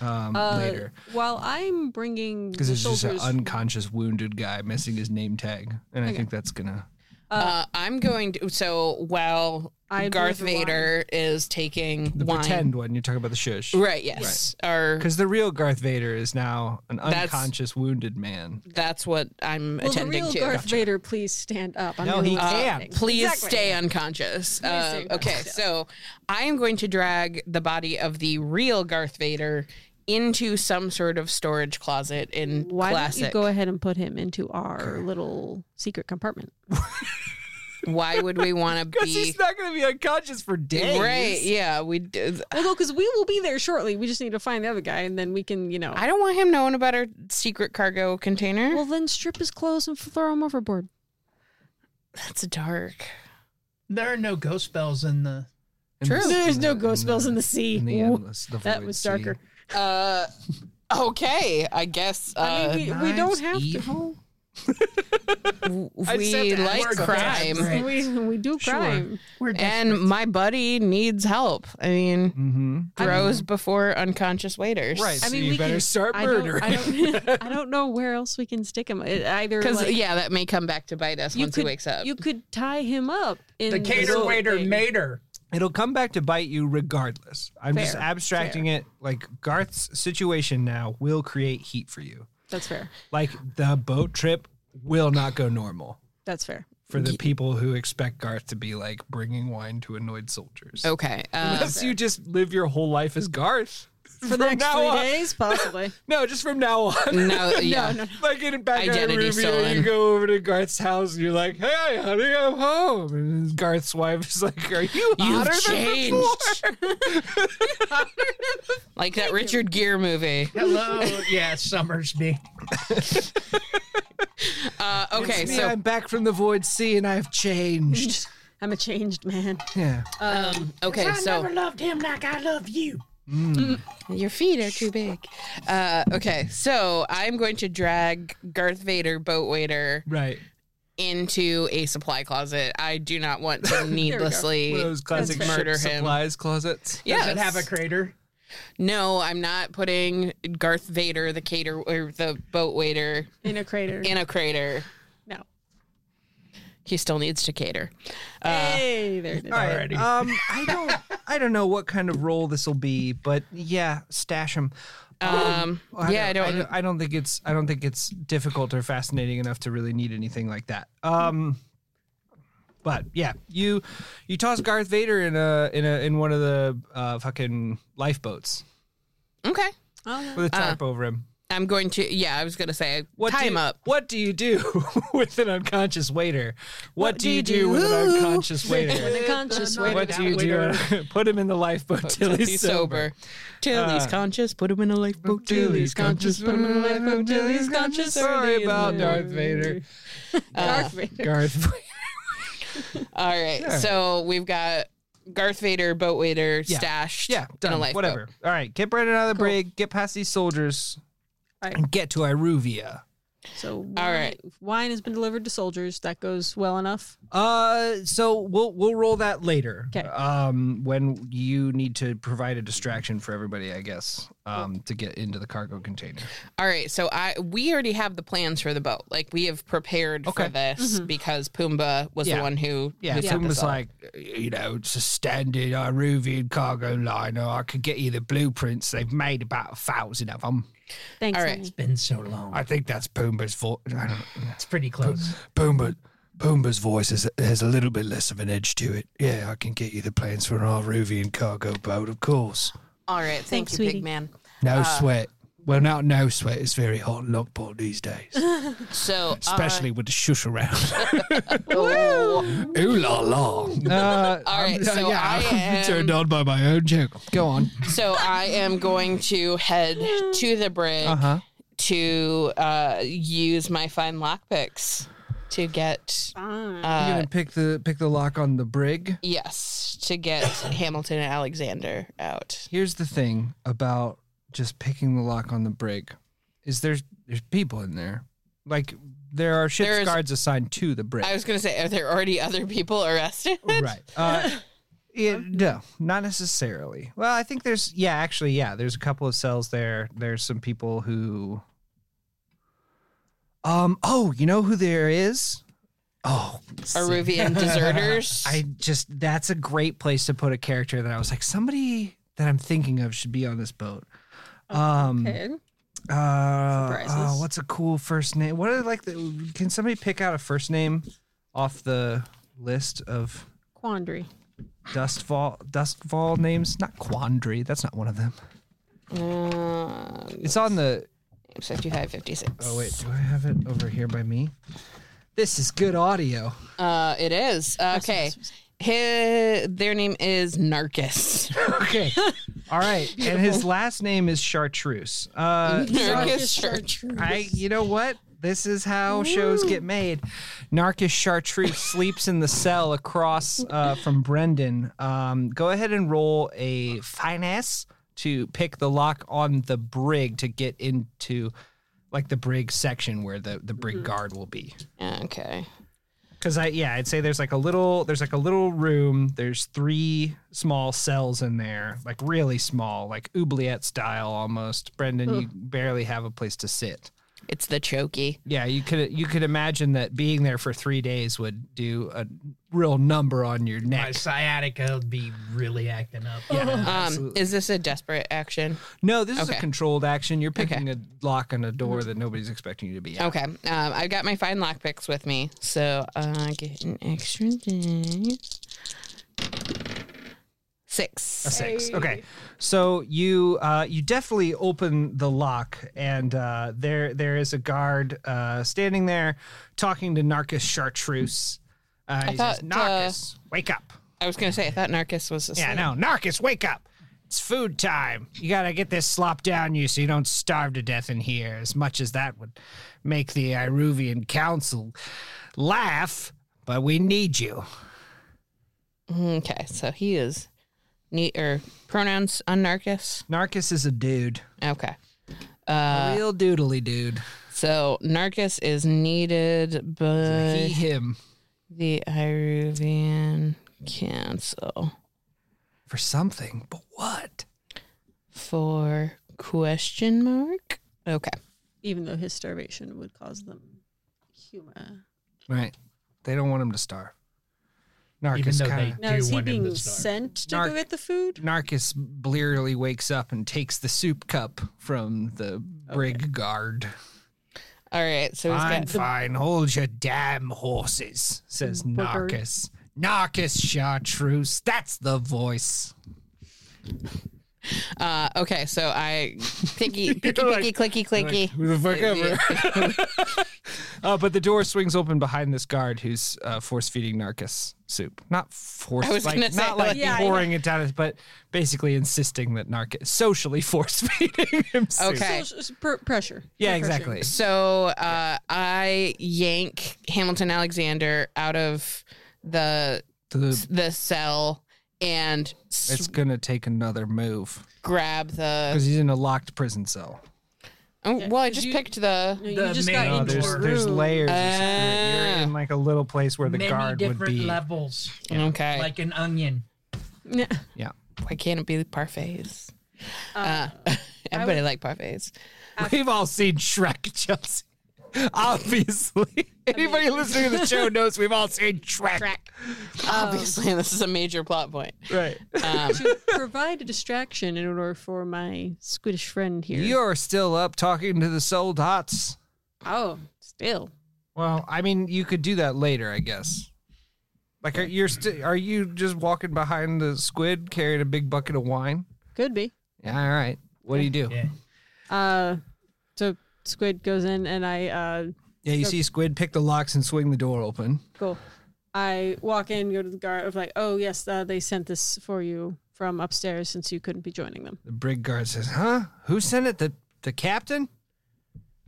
S1: um,
S4: Uh,
S1: later
S4: While I'm bringing the
S1: because it's just an
S4: soldiers,
S1: unconscious wounded guy missing his name tag, and I think that's gonna.
S3: Uh, I'm going to. So while
S4: I
S3: Garth
S4: believe in
S3: Vader is taking
S1: The
S3: wine,
S1: pretend one. You're talking about the shush.
S3: right? Yes, or
S1: Because the real Garth Vader is now an
S3: That's-
S1: unconscious wounded man.
S3: that's what I'm
S4: Will the
S3: attending
S4: real
S3: to.
S4: Garth Vader please stand up? I'm
S1: No,
S4: really
S1: he
S4: listening.
S1: can't.
S3: Please
S4: Exactly.
S3: stay unconscious. Uh,
S4: stay
S3: okay,
S4: unconscious.
S3: so I am going to drag the body of the real Garth Vader into some sort of storage closet in
S4: Why
S3: classic.
S4: don't you go ahead and put him into our little secret compartment?
S3: Why would
S1: <laughs>
S3: we want to
S1: Because
S3: be
S1: he's not going to be unconscious for days.
S3: right? Yeah, we. d-
S4: Well, no, because we will be there shortly. We just need to find the other guy, and then we can, you know.
S3: I don't want him knowing about our secret cargo container.
S4: well, then strip his clothes and throw him overboard.
S3: that's dark.
S2: There are no ghost spells in the.
S1: In
S3: True.
S1: the-
S4: There's
S1: in
S4: no ghost spells in the sea.
S1: In the
S4: Ooh,
S1: endless, the
S4: that
S1: void
S4: was darker.
S1: sea.
S3: Uh, okay, I guess. Uh,
S4: I mean, we, we don't
S1: Knives,
S4: have
S1: evil?
S3: w-
S1: I just have
S3: we
S1: to ask
S3: like
S2: about that.
S3: crime,
S2: Right.
S4: to. <laughs> We, we do
S2: Sure.
S4: crime.
S2: We're
S3: and my buddy needs help. I mean,
S1: Mm-hmm.
S3: throws before unconscious waiters,
S1: Right. so
S4: I mean,
S1: you
S4: we
S1: better
S4: can-
S1: start
S4: I don't,
S1: murdering.
S4: I, don't, <laughs> I don't know where else we can stick him.
S1: <laughs>
S4: It, either
S3: Because
S4: like,
S3: yeah, that may come back to bite us
S4: you
S3: once
S4: could,
S3: he wakes up.
S4: You could tie him up in
S2: the cater
S4: boat
S2: waiter
S4: thing.
S2: mater.
S1: It'll come back to bite you regardless. I'm just
S4: Fair,
S1: abstracting it. Like Garth's situation now will create heat for you.
S4: That's fair.
S1: Like the boat trip will not go normal
S4: That's
S1: <laughs>
S4: fair.
S1: for the people who expect Garth to be like bringing wine to annoyed soldiers.
S3: <laughs> okay. Uh,
S1: Unless you just live your whole life as Garth.
S4: For the next
S1: now
S4: three
S1: on. <laughs>
S4: days, possibly.
S1: No, just from now on.
S3: no, yeah.
S1: <laughs> Like in back
S3: Identity
S1: Identity Rubio, you
S3: stolen.
S1: go over to Garth's house and you're like, "Hey, honey, I'm home." And Garth's wife is like, "Are you hotter
S3: You've
S1: than
S3: changed.
S1: before?" <laughs>
S3: <laughs> like that Richard Gere movie.
S2: Hello, yeah, Summersby.
S3: Uh, okay,
S1: It's me,
S3: so
S1: I'm back from the void sea and I've
S3: <laughs>
S1: changed.
S4: I'm a changed man.
S1: yeah.
S3: um, okay, so
S2: loved him like I love you.
S3: Your feet are too big. Uh, okay, so I'm going to drag Garth Vader, boat waiter,
S1: Right.
S3: into a supply closet. I do not want <laughs> to needlessly
S1: One of those classic ship
S3: murder him.
S1: supplies closets.
S3: Yes.
S2: Does it have a crater?
S3: no, I'm not putting Garth Vader, the cater or the boat waiter,
S4: In a crater.
S3: in a crater.
S4: no.
S3: He still needs to cater. Uh,
S4: hey, there it is.
S2: Alrighty.
S1: Um, I don't, I don't know what kind of role this will be, but yeah, stash him.
S3: um, yeah, I don't.
S1: I, I don't think it's. I don't think it's difficult or fascinating enough to really need anything like that. Um, but yeah, you, you toss Garth Vader in a in a in one of the uh, fucking lifeboats
S3: okay,
S1: with a tarp over him.
S3: I'm going to. Yeah, I was gonna say tie
S1: do
S3: him
S1: you-
S3: up.
S1: What do you do <laughs> with an unconscious waiter? What, do, you do, with an
S3: do?
S1: unconscious
S4: With
S1: waiter?
S4: a conscious
S2: What
S4: waiter.
S1: what do you do? <laughs> Put him in the lifeboat <laughs> till he's sober. Uh,
S3: Till he's conscious, put him in a lifeboat. Till he's conscious, put him in a lifeboat. Till he's conscious.
S1: Sorry
S3: early in
S1: about
S3: the-
S1: Darth
S4: <laughs>
S1: Vader. Uh,
S4: Darth Vader.
S1: Garth Vader.
S3: All right, so we've got Garth Vader, boat waiter,
S1: Yeah.
S3: stashed
S1: Yeah,
S3: in a
S1: done.
S3: lifeboat.
S1: Whatever. All right, get right out of the brig. Get past these soldiers.
S4: Right.
S1: And get to Iruvia.
S4: So, wine,
S3: right.
S4: wine has been delivered to soldiers. That goes well enough.
S1: Uh, so we'll we'll roll that later.
S4: 'Kay.
S1: Um, when you need to provide a distraction for everybody, I guess. Um, to get into the cargo container.
S3: All right, so I we already have the plans for the boat. Like we have prepared
S1: Okay.
S3: for this because Pumbaa was
S1: Yeah.
S3: the one who
S1: Yeah,
S3: who
S1: if
S3: set
S1: someone
S3: this
S1: was
S3: up.
S1: like, you know, it's a standard Iruvian cargo liner. I could get you the blueprints. They've made about a thousand of them.
S4: Thanks.
S3: All right.
S4: honey.
S2: Been so long.
S1: I think that's Pumbaa's voice.
S2: It's pretty close.
S1: Pumbaa, Pumbaa's voice is, has a little bit less of an edge to it. Yeah, I can get you the plans for an Iruvian cargo boat, of course.
S3: All right, thank
S4: Thanks,
S3: you,
S4: sweetie.
S3: big man.
S1: No
S3: Ah.
S1: sweat. Well, not no sweat. It's very hot in Lockport these
S3: <laughs>
S1: days,
S3: So
S1: especially with the shush
S3: <laughs>
S1: around. <laughs>
S3: uh, oh,
S1: Ooh la la. <laughs> Uh,
S3: All right,
S1: I'm-
S3: so
S1: yeah,
S3: I
S1: I'm
S3: am-
S1: turned on by my own joke. Go on.
S3: so I am going to head to the bridge
S1: huh.
S3: to uh, use my fine lockpicks to get
S4: Fine.
S1: You're
S3: uh,
S1: gonna pick the pick the lock on the brig.
S3: yes to get Hamilton and Alexander out.
S1: Here's the thing about just picking the lock on the brig, is there's there's people in there, like there are ship's
S3: There's-
S1: guards assigned to the brig.
S3: I was gonna say, are there already other people arrested?
S1: right. <laughs> Uh, yeah, no, not necessarily. Well, I think there's yeah, actually, yeah, there's a couple of cells there. There's some people who. Um. Oh, you know who there is? Oh,
S3: <laughs> Aruvian deserters.
S1: <laughs> I just that's a great place to put a character that I was like somebody that I'm thinking of should be on this boat. Um,
S6: Okay.
S1: uh, uh,
S6: Surprises.
S1: what's a cool first name? What are like the, can somebody pick out a first name off the list of
S4: Quandary.
S1: Dustfall Dustfall names? Not Quandary. That's not one of them.
S3: Um,
S1: It's on the
S3: 55, 56.
S1: Mm. Oh wait, do I have it over here by me? This is good audio. <laughs>
S3: Uh, it is. Okay. Hi their name is <laughs> Narcus.
S1: Okay. All right. And his last name is Chartreuse. Uh,
S3: <laughs> Narcus Church.
S1: I, you know what? This is how shows get made. Narcus Chartreuse sleeps in the cell across uh, from Brendan. Um, go ahead and roll a finesse to pick the lock on the brig to get into like the brig section where the, the brig guard will be.
S3: Okay.
S1: Cause I yeah, I'd say there's like a little there's like a little room. There's three small cells in there, like really small, like oubliette style almost. Brendan, you barely have a place to sit.
S3: It's the Chokey.
S1: Yeah, you could you could imagine that being there for three days would do a real number on your
S2: My
S1: neck.
S2: sciatica would be really acting up. Yeah.
S3: Um, is this a desperate action?
S1: No, this is a
S3: Okay.
S1: controlled action. You're picking a lock on a door that nobody's expecting you to be at.
S3: Okay. Um, I've got my fine lock picks with me, so uh, get an extra day. Six.
S1: A six. Okay, so you uh, you definitely open the lock, and uh, there there is a guard uh, standing there talking to Narcus Chartreuse. Uh, he says,
S3: thought, uh,
S1: "Narcus, wake up!"
S3: I was gonna say I thought Narcus was asleep.
S1: Yeah, no, Narcus, wake up! It's food time. You gotta get this slop down you so you don't starve to death in here. As much as that would make the Iruvian Council laugh, but we need you.
S3: Okay, so he is. Ne- or pronouns on Narcus.
S1: Narcus is a dude,
S3: Okay.
S2: Uh,
S3: Uh,
S1: a real doodly dude.
S3: So Narcus is needed
S2: uh,
S3: by
S1: he, him.
S3: the Iruvian Council
S1: for something, but what?
S3: for question mark. Okay.
S4: Even though his starvation would cause them humor.
S1: Right. They don't want him to starve.
S2: Even
S1: Narcus
S2: though
S1: kind
S4: Now
S2: Do
S4: is he
S2: want him to
S4: being
S2: starve.
S4: sent to
S1: Narc-
S4: go get the food?
S1: of Narcus blearily wakes up and takes the soup cup from the brig guard.
S3: All right. So he's
S1: Fine,
S3: got
S1: fine, hold your damn horses, says
S4: Brigard.
S1: Narcus. Narcus Chartreuse, that's the voice.
S3: Uh, okay, so
S1: <laughs>
S3: I picky, picky, picky, clicky, clicky.
S1: Who the fuck uh, but the door swings open behind this guard who's uh, force feeding Narcus soup. Not force,
S3: I was
S1: like,
S3: gonna
S1: not
S3: say,
S1: like
S3: like-
S4: Yeah, I know.
S1: pouring it down, his- but basically insisting that Narcus socially <laughs> force feeding him soup.
S3: Okay.
S4: Social- s- pr- pressure.
S1: Yeah,
S4: Peer
S1: exactly.
S3: So uh, I yank Hamilton Alexander out of the
S1: The-
S3: the cell and s-
S1: it's gonna take another move
S3: grab the.
S1: because he's in a locked prison cell.
S3: Oh, well, I
S4: Did
S3: just
S4: you-
S3: picked
S4: No,
S3: the.
S4: you
S2: The
S4: just
S2: main
S4: got
S2: No,
S1: Oh,
S4: into
S1: there's
S4: a
S1: there's
S4: room.
S1: layers. of security. You're
S3: Ah.
S1: in like a little place where the
S2: Many
S1: guard would
S2: different
S1: be.
S2: levels,
S3: Okay.
S2: like an onion.
S4: Yeah.
S1: yeah.
S3: Why can't it be parfaits? <laughs> Uh, everybody like parfaits.
S1: We've all seen Shrek, <laughs> Chelsea. Obviously, anybody listening to the show knows we've all seen Shrek.
S3: Oh. Obviously, this is a major plot point.
S1: Right.
S3: Um,
S4: <laughs> to provide a distraction in order for my Swedish friend here.
S1: You're still up talking to the sold hots.
S4: oh, still.
S1: Well, I mean, you could do that later, I guess. Like, are, you're sti- are you just walking behind the squid carrying a big bucket of wine?
S4: Could be.
S1: Yeah, all right. What do you do? Yeah,
S2: Yeah.
S4: Uh, so Squid goes in and I uh,
S1: you see squid pick the locks and swing the door open.
S4: Cool. I walk in, go to the guard. of like, oh yes, uh, they sent this for you from upstairs since you couldn't be joining them.
S1: The brig guard says, "Huh? Who sent it? The the captain?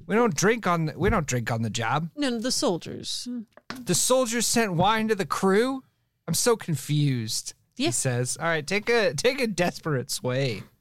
S1: We don't drink on the, we don't drink on the job.
S4: No, no, the soldiers.
S1: The soldiers sent wine to the crew. I'm so confused." He
S4: Yeah.
S1: says, "All right, take a take a desperate sway." <laughs>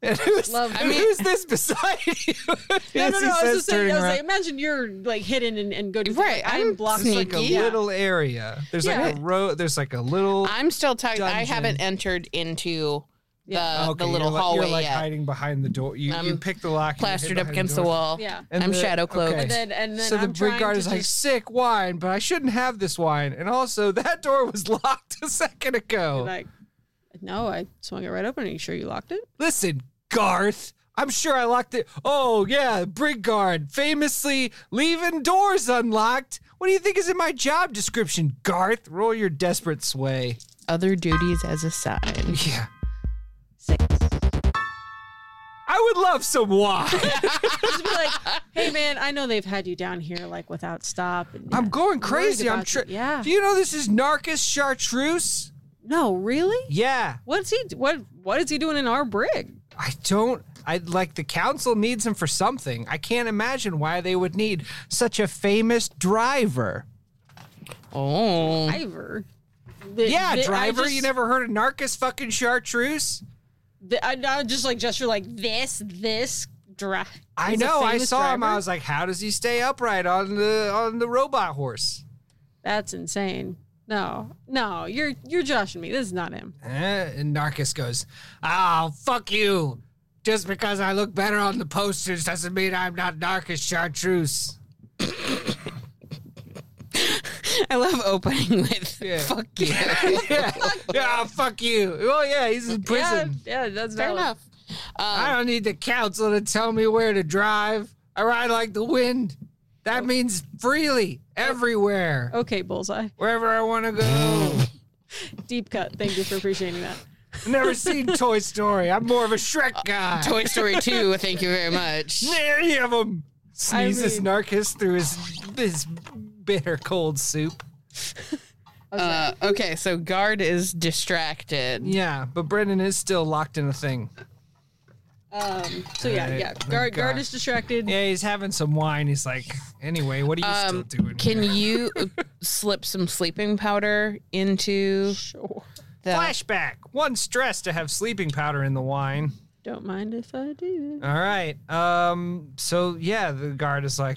S1: And who's,
S4: Love-
S1: and
S3: I mean-
S1: who's this beside <laughs> you?
S4: No,
S1: As
S4: no,
S1: he
S4: no. I was
S1: says,
S4: just saying.
S1: turning
S4: I was like,
S1: around.
S4: imagine you're like hidden and, and go to
S3: Right,
S4: Like, I'm
S3: I'm
S4: blocked.
S1: It's like a
S3: sneaky. Yeah.
S1: little area. There's like
S4: Yeah.
S1: a row. There's like a little.
S3: I'm still talking. I
S1: Dungeon.
S3: haven't entered into
S4: Yeah.
S3: the,
S1: okay,
S3: the little
S1: you're like,
S3: hallway
S1: You're like
S3: yet.
S1: hiding behind the door. You, you
S3: I'm
S1: pick the lock. and you're hidden
S3: plastered up
S1: behind
S3: against the
S1: door.
S3: wall.
S4: Yeah.
S1: And
S3: I'm
S1: the-
S3: shadow cloaked.
S1: okay.
S4: And then and then
S1: so
S4: I'm
S1: the
S4: trying
S1: brigade guard
S4: to
S1: is like,
S4: just-
S1: sick wine, but I shouldn't have this wine. And also, <laughs> that door was locked a second ago.
S4: like, no, I swung it right open. Are you sure you locked it?
S1: Listen, Garth, I'm sure I locked it. Oh, yeah, Brig Guard, famously leaving doors unlocked. What do you think is in my job description, Garth? Roll your desperate sway.
S3: Other duties as a side.
S1: Yeah. I would love some
S4: <laughs>
S1: wine.
S4: Just be like, <laughs> hey man, I know they've had you down here like without stop. and-
S1: I'm going
S4: worried
S1: crazy. I'm
S4: about
S1: tri-
S4: you. Yeah.
S1: Do you know this is Narcus Chartreuse?
S4: No, really?
S1: Yeah.
S4: What's he? What? What is he doing in our brig?
S1: I don't. I like the council needs him for something. I can't imagine why they would need such a famous driver.
S3: Oh.
S4: Driver.
S1: Yeah, driver.
S4: Just,
S1: you never heard of Narcus fucking Chartreuse?
S4: the- I, I just like gesture like this, this drive.
S1: I know. I saw him. I was like, how does he stay upright on the on the robot horse?
S4: That's insane. No, no, you're you're joshing me. This is not him.
S1: Eh, and Narcus goes, "Oh, fuck you! Just because I look better on the posters doesn't mean I'm not Narcus Chartreuse."
S3: <laughs>
S1: <laughs>
S3: I love opening <laughs> with
S1: Yeah.
S3: fuck you.
S1: yeah. yeah, fuck you. Well, yeah, he's in prison.
S4: Yeah, yeah that's
S3: Fair
S4: valid.
S3: enough.
S1: I don't need the council to tell me where to drive. I ride like the wind. That means freely, everywhere,
S4: Okay, bullseye.
S1: wherever I want to go.
S4: Deep cut. Thank you for appreciating that.
S1: I've
S3: <laughs>
S1: never seen Toy Story. I'm more of a Shrek guy.
S3: Toy Story 2, thank you very <laughs> much.
S1: Any of them. Sneezes
S4: mean-
S1: Narcus through his, his bitter cold soup.
S3: Uh, okay, so guard is distracted.
S1: Yeah, but Brendan is still locked in a thing.
S4: Um. So yeah,
S1: Alright,
S4: yeah.
S1: thank
S4: Guard, guard
S1: God.
S4: is distracted.
S1: Yeah, he's having some wine. He's like, anyway, what are you
S3: Um,
S1: still doing?
S3: Can
S1: here?"
S3: you uh, slip some sleeping powder into
S4: Sure.
S3: the
S1: Flashback. One stress to have sleeping powder in the wine.
S4: Don't mind if I do.
S1: All right. Um. So yeah, the guard is like,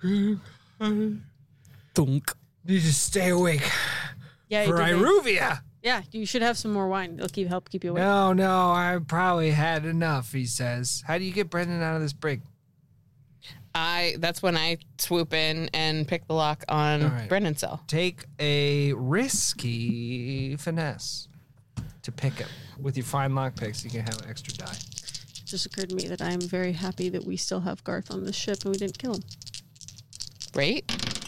S3: thunk?
S1: need to stay awake
S4: Yeah, you
S1: for
S4: did make-
S1: Iruvia.
S4: yeah. You should have some more wine. It'll keep help keep you awake.
S1: No, no, I probably had enough. He says. How do you get Brendan out of this brig?
S3: I that's when I swoop in and pick the lock on
S1: All right.
S3: Brendan's cell.
S1: Take a risky finesse to pick him with your fine lock picks. You can have an extra die.
S4: It just occurred to me that I am very happy that we still have Garth on this ship and we didn't kill him.
S3: Right?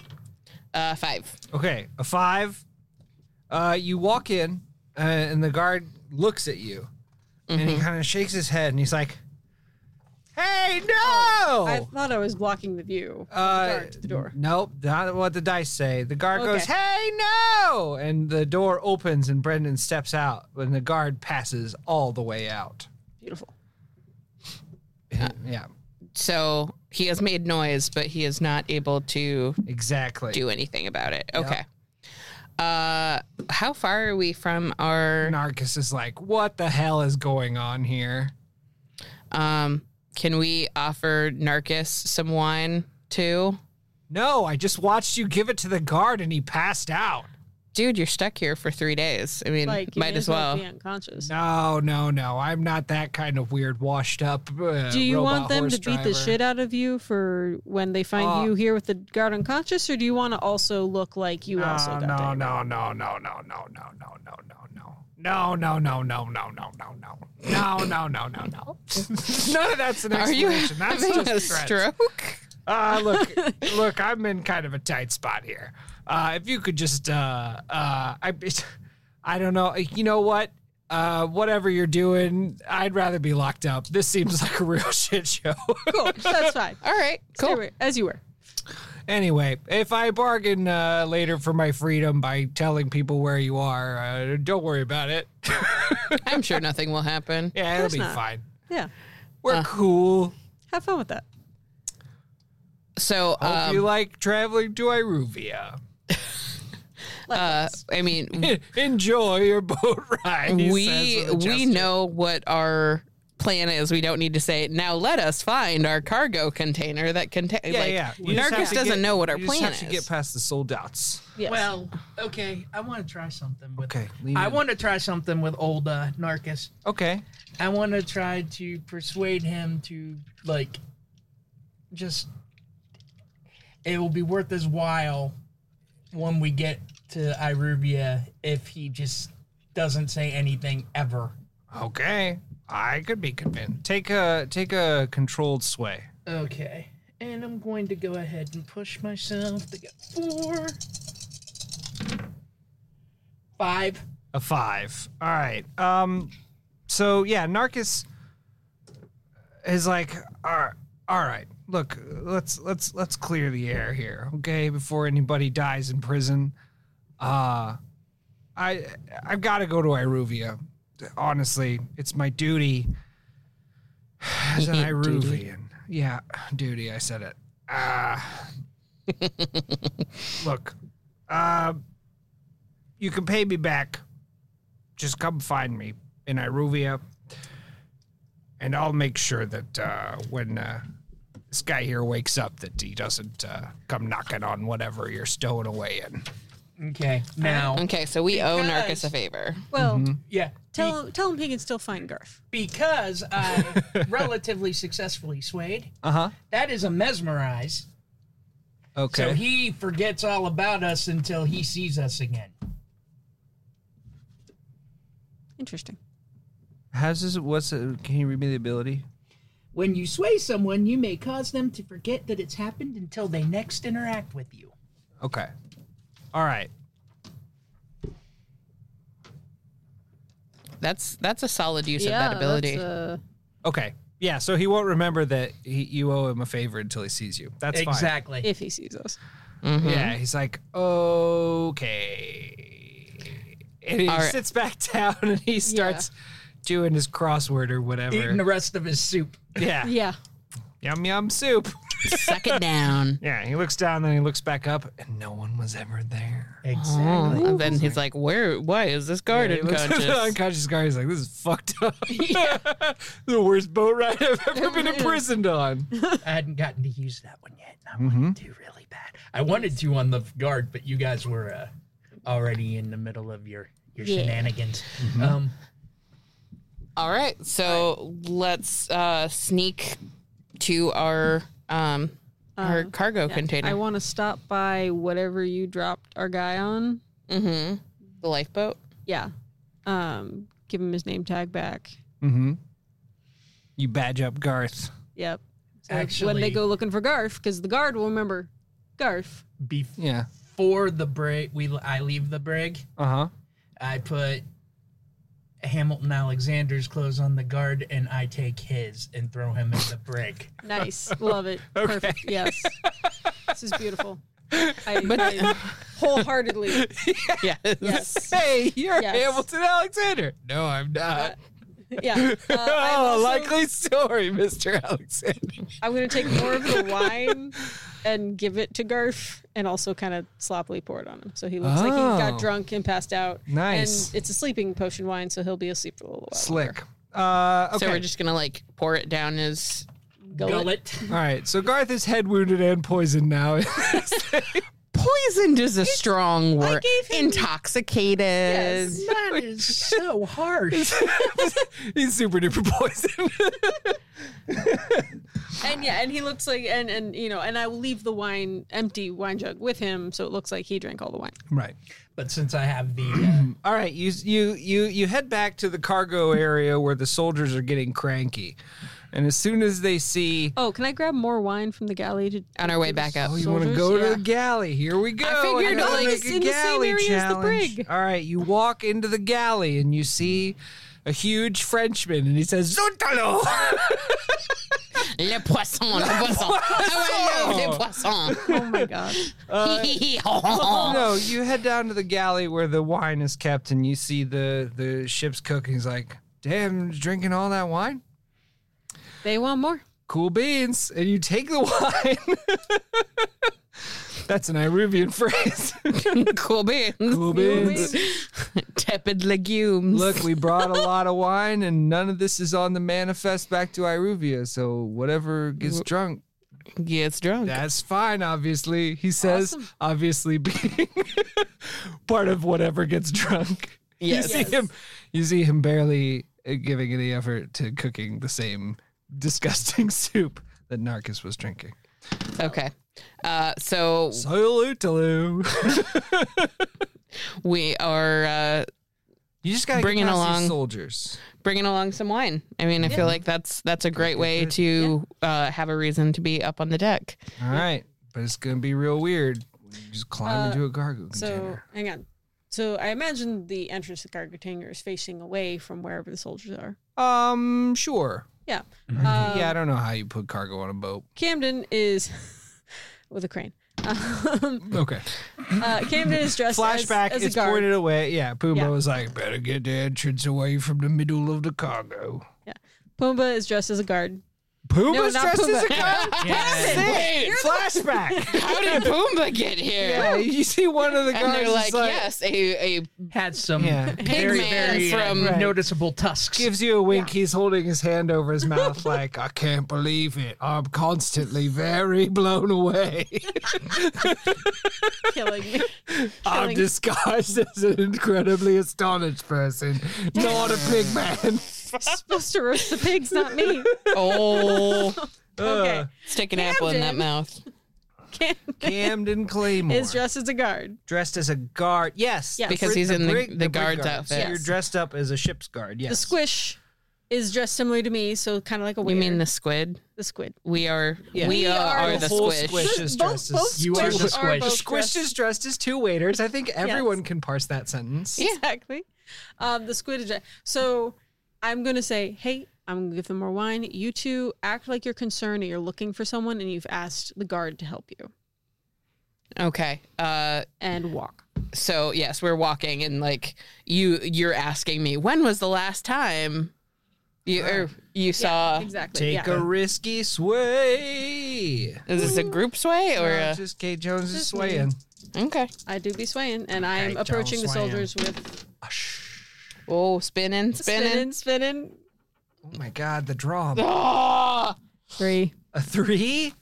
S3: Uh five.
S1: Okay, a five. Uh, you walk in, uh, and the guard looks at you, and
S4: Mm-hmm.
S1: he kind of shakes his head, and he's like, "Hey, no!"
S4: Oh, I thought I was blocking the view.
S1: Oh. Uh,
S4: Guard to the door. Oh,
S1: Nope, not what the dice say. The guard
S4: Okay.
S1: goes, "Hey, no!" and the door opens, and Brendan steps out, and the guard passes all the way out.
S4: Beautiful.
S1: yeah,
S3: So he has made noise, but he is not able to
S1: exactly.
S3: do anything about it. Okay. Uh how far are we from our
S1: Narcus is like, "What the hell is going on here?"
S3: um can we offer Narcus some wine too?
S1: No, I just watched you give it to the guard, and he passed out.
S3: Dude, you're stuck here for three days. I mean,
S4: Like you
S3: might as well.
S4: be unconscious.
S1: No, no, no. I'm not that kind of weird, washed up. Uh,
S4: Do you
S1: robot
S4: want them
S1: horse
S4: to beat the
S1: driver.
S4: shit out of you for when they find
S1: Uh,
S4: you here with the guard unconscious, or do you want to also look like you also
S1: No,
S4: got
S1: no,
S4: diarrhea?
S1: no, no, no, no, no, no, no, no, no, no. No, no, no, no, no, no, no, no. No, no, no, no,
S4: <laughs>
S1: no. None of that's an
S3: Are you
S1: explanation. That's
S3: having a
S1: just threats.
S3: stroke?
S1: Uh, look,
S3: <laughs>
S1: look, I'm in kind of a tight spot here. Uh, if you could just, uh, uh, I, I don't know. You know what? Uh, whatever you're doing, I'd rather be locked up. This seems like a <laughs> real shit show.
S4: Cool, that's
S1: <laughs>
S4: fine.
S3: All right,
S4: Stay
S3: cool.
S4: where- As you were.
S1: Anyway, if I bargain uh, later for my freedom by telling people where you are, uh, don't worry about it.
S3: I'm sure nothing will
S1: <laughs>
S3: happen.
S1: Yeah, it'll
S4: course
S1: be
S4: not.
S1: fine.
S4: Yeah.
S1: We're
S3: Uh,
S1: cool.
S4: Have fun with that.
S3: So,
S1: Hope
S3: um,
S1: you like traveling to Iruvia. <laughs>
S3: uh, I mean,
S1: Enjoy your boat ride. he
S3: we
S1: says with a
S3: we
S1: gesture.
S3: know what our plan is we don't need to say now let us find our cargo container that contains
S1: Yeah,
S3: like
S1: yeah. You just have
S3: Narcus
S1: to
S3: doesn't
S1: get-
S3: know what our
S1: you
S3: plan
S1: just have
S3: is.
S1: to get past the soldats.
S4: Yes.
S2: Well, okay. I want to try something with.
S1: Okay. lean
S2: I
S1: in.
S2: want to try something with old uh, Narcus.
S1: Okay.
S2: I want to try to persuade him to like just it will be worth his while when we get to Irubia if he just doesn't say anything ever.
S1: Okay. I could be convinced. Take a take a controlled sway.
S2: Okay. And I'm going to go ahead and push myself to get four. Five.
S1: A five. All right. Um. So yeah, Narcus is like, all right, all right. Look, let's let's let's clear the air here, okay? Before anybody dies in prison. Uh, I I've got to go to Iruvia. Honestly, it's my duty as an Iruvian. Yeah, duty. I said it. Uh, look, uh, you can pay me back. Just come find me in Iruvia, and I'll make sure that uh, when uh, this guy here wakes up, that he doesn't uh, come knocking on whatever you're stowing away in.
S2: Okay. Now,
S3: okay, so we owe
S2: Because-
S3: Narcus a favor.
S4: Well,
S2: yeah.
S4: tell him tell him he can still find Garth.
S2: because
S1: <laughs>
S2: I relatively successfully swayed.
S1: Uh
S7: Uh-huh.
S1: huh.
S2: That is a mesmerize.
S1: Okay.
S2: So he forgets all about us until he sees us again.
S4: Interesting.
S7: How's this? What's it? Can you read me the ability?
S2: When you sway someone, you may cause them to forget that it's happened until they next interact with you.
S1: Okay. All right.
S3: That's that's a solid use of that ability.
S4: uh,
S1: Okay. Yeah. So he won't remember that he, you owe him a favor until he sees you. That's fine.
S2: exactly.
S4: if he sees us.
S1: Yeah. He's like, okay. And he
S3: All right.
S1: sits back <laughs> down and he starts doing his crossword or
S2: Eating the
S1: whatever.
S2: rest of his soup.
S1: Yeah.
S4: <laughs> Yeah.
S1: Yum yum soup.
S3: Suck it down.
S1: Yeah. He looks down, then he looks back up, and no one was ever there.
S2: Exactly.
S3: Oh, and then he's like, "Where? Why is this
S1: He
S3: garden
S1: <laughs> looks at the
S3: conscious?"
S1: unconscious guy. He's like, "This is fucked up. <laughs> the worst boat ride I've ever been imprisoned on."
S2: I hadn't gotten to use that one yet, and I wanted
S1: Mm-hmm.
S2: to really bad. I wanted to on the guard, but you guys were uh, already in the middle of your your shenanigans.
S1: Mm-hmm.
S2: Um,
S3: All right, so let's uh, sneak to our um, our cargo container,
S4: I want to stop by whatever you dropped our guy on.
S3: hmm the lifeboat.
S4: Yeah. Um, give him his name tag back.
S1: Mm-hmm. You badge up Garth.
S4: Yep. So
S2: Actually-
S4: when they go looking for Garth, because the guard will remember Garth.
S1: Yeah.
S2: before the brig, we I leave the brig.
S1: Uh huh.
S2: I put Hamilton Alexander's clothes on the guard, and I take his and throw him in the brig.
S4: Nice. Love it. Perfect. Yes. this is beautiful. I, I wholeheartedly.
S3: <laughs> Yes.
S4: Yes.
S1: Hey, you're
S4: Yes.
S1: Hamilton Alexander. No, I'm not.
S4: Yeah.
S1: <laughs>
S4: Uh, I'm
S1: oh,
S4: also-
S1: likely story, Mr. Alexander.
S4: I'm going to take more of the wine and give it to Garf and also kind of sloppily pour it on him. So he looks like he
S1: Oh.
S4: got drunk and passed out.
S1: Nice.
S4: And it's a sleeping potion wine, so he'll be asleep for a little while.
S1: Slick. Uh, okay.
S3: So we're just gonna like pour it down his.
S2: Gullet.
S1: All right. So Garth is head wounded and poisoned now. <laughs>
S3: Poisoned is a strong word.
S4: gave him-
S3: Intoxicated.
S4: Yes.
S2: That is so harsh.
S1: He's super duper poisoned.
S4: And yeah, and he looks like and and you know, and I will leave the wine empty wine jug with him, so it looks like he drank all the wine.
S1: right.
S2: But since I have
S1: <clears throat>
S2: the uh,
S1: All right. You you you you head back to the cargo area where the soldiers are getting cranky, and as soon as they see,
S4: Oh, can I grab more wine from the galley to
S3: On our way back up.
S1: oh, you want to
S4: soldiers?
S1: go to
S4: Yeah.
S1: the galley? Here we go.
S3: I figured
S1: Another
S3: all
S1: make
S4: this
S1: a
S4: in the same
S1: galley
S4: area as the
S1: challenge.
S4: brig.
S1: All right. You walk into the galley and you see a huge Frenchman, and he says <laughs> Zutalo.
S3: <laughs> Le poisson, le poisson. Oh, I love le poisson.
S4: Oh my god.
S3: Hee, hee, hee, ho, ho, ho.
S1: no, you head down to the galley where the wine is kept, and you see the the ship's cook. And he's like, "Damn, drinking all that wine."
S4: <laughs> they want more.
S6: <laughs>
S1: cool beans and you take the wine
S6: That's an Iruvian phrase.
S3: <laughs> cool beans.
S6: Cool beans.
S3: Tepid legumes.
S6: Look, we brought a lot of wine, and none of this is on the manifest back to Iruvia. So whatever gets drunk,
S3: gets drunk.
S6: that's fine. Obviously, he says. Obviously, being <laughs> part of whatever gets drunk.
S3: yes.
S6: You see him. You see him barely uh, giving any effort to cooking the same disgusting <laughs> soup that Narcus was drinking.
S3: Okay. Uh, so
S6: Salutalu.
S3: we are uh,
S6: You just gotta get
S3: Bringing
S6: past these
S3: along-
S6: soldiers.
S3: bringing along some wine. I mean, I feel like that's that's a great way to uh, have a reason to be up on the deck.
S6: All right, but it's gonna be real weird. when you Just climb
S4: Uh,
S6: into a cargo
S4: So
S6: container.
S4: hang on. So I imagine the entrance to the cargo container is facing away from wherever the soldiers are.
S6: Um, sure.
S4: Yeah.
S1: Mm-hmm.
S4: Um,
S6: yeah, I don't know how you put cargo on a boat.
S4: Camden is <laughs> with a crane. Um,
S6: Okay.
S4: uh, Camden is dressed as-
S6: Flashback.
S4: As,
S6: it's
S4: a guard.
S6: pointed away. Yeah, Puma
S4: Yeah.
S6: was like, "Better get the entrance away from the middle of the cargo."
S4: Pumba is dressed as a guard.
S6: <laughs> Puma's
S4: not
S6: dressed as a
S4: Puma.
S3: <laughs>
S6: guard. Sick.
S3: Wait,
S6: Flashback.
S3: how did Boomba get here?
S6: yeah, you see one of the guards
S3: And they're
S6: is
S3: like, yes, a, a
S2: Had some
S6: Yeah.
S2: very,
S3: Pigman
S2: very uh,
S3: from-
S6: Right.
S2: noticeable tusks.
S6: gives you a wink. He's holding his hand over his mouth, like, I can't believe it. I'm constantly very blown away. <laughs>
S4: Killing me.
S6: I'm
S4: Killing-
S6: disguised as an incredibly astonished person, not a pig man.
S4: supposed to roast the pigs,
S6: <laughs>
S4: not me.
S3: oh,
S6: Uh,
S4: Okay.
S3: stick an apple in that
S4: Camden.
S3: mouth.
S4: Camden
S6: Camden Claymore.
S4: is dressed as a guard.
S1: Dressed as a guard. Yes.
S4: Yes.
S3: Because he's in the- the guard's outfit.
S1: So you're
S4: Yes.
S1: dressed up as a ship's guard. Yes.
S4: The squish is dressed similar to me, so kind of like a
S3: You
S4: waiter.
S3: mean the squid?
S4: the squid?
S3: We are.
S1: Yeah.
S3: We,
S4: We
S3: are,
S4: are
S3: are the
S1: whole
S3: squish.
S1: squish. is
S4: both,
S1: dressed as-
S4: both
S2: You are
S4: squish
S2: the
S4: are
S2: squish.
S4: both
S6: Squish
S4: dressed-
S6: is dressed as two waiters. I think everyone can parse that sentence.
S4: exactly. Um, the squid is dre- so. I'm gonna say, hey, I'm gonna give them more wine. You two act like you're concerned and you're looking for someone, and you've asked the guard to help you
S3: Okay. Uh,
S4: and walk.
S3: so yes, we're walking, and like you, you're asking me when was the last time you or you saw?
S4: exactly.
S1: Take
S4: yeah.
S1: a risky sway.
S3: Is this a group sway or
S6: Uh,
S3: a,
S6: just Kate Jones is
S4: Just
S6: swaying.
S3: okay?
S4: I do be swaying, and I am
S6: Okay,
S4: approaching the
S6: Jones swaying.
S4: soldiers with
S3: Oh, spinning, spinning.
S4: spinning, spinning.
S6: Oh my god, the draw.
S3: Oh,
S4: Three.
S6: A three?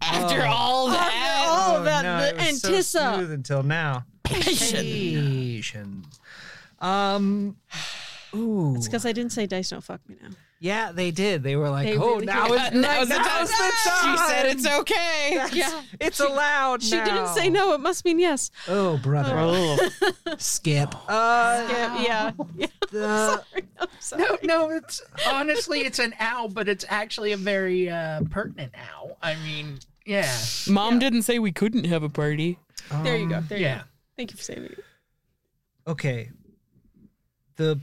S3: after all that,
S4: Oh, that
S1: no, it
S4: the
S1: was so
S4: antissa.
S1: smooth until now. Patient. Um. Ooh.
S4: it's because I didn't say dice don't fuck me now.
S1: Yeah, they did. They were like,
S4: They
S1: "Oh,
S4: really
S1: now
S4: did.
S3: <laughs>
S1: it's
S3: now's the time. She said it's okay.
S4: Yeah.
S1: it's allowed."
S4: She didn't say no. It must mean yes.
S1: Oh, brother.
S4: <laughs>
S1: Skip. Uh,
S4: Yeah. Yeah. yeah.
S1: the-
S4: <laughs> I'm sorry.
S2: <laughs> No, no, it's honestly it's an owl, but it's actually a very uh, pertinent owl. I mean, yeah,
S3: Mom didn't say we couldn't have a party.
S1: Um,
S4: There you go. There you
S2: yeah.
S4: go. Thank you for saving me.
S1: okay. The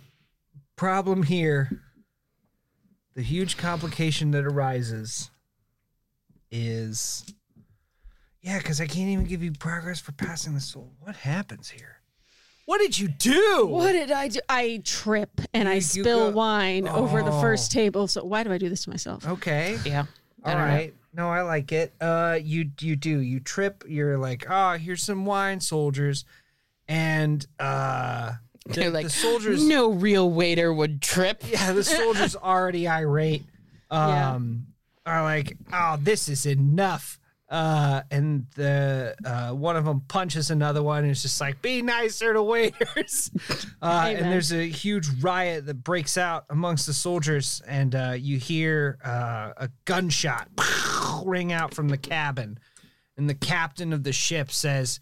S1: problem here, the huge complication that arises is yeah, because I can't even give you progress for passing the soul. What happens here? What did you do?
S4: What did I do? I trip and I
S1: You- you
S4: spill
S1: go-
S4: wine over the
S1: Oh. Um,
S4: first table. So why do I do this to myself?
S1: Okay.
S3: Yeah.
S1: All right. No, I like it. Uh, you you do. You trip. You're like, ah, here's some wine, soldiers, and uh, <laughs> the,
S3: They're like
S1: the soldiers.
S3: No real waiter would trip.
S1: Yeah, the soldiers already irate.
S4: Yeah.
S1: Um, are like, oh, this is enough. Uh, and the uh, one of them punches another one, and it's just like, be nicer to waiters. <laughs> Uh, and
S4: Amen.
S1: there's a huge riot that breaks out amongst the soldiers, and uh, you hear uh, a gunshot <laughs> ring out from the cabin, and the captain of the ship says,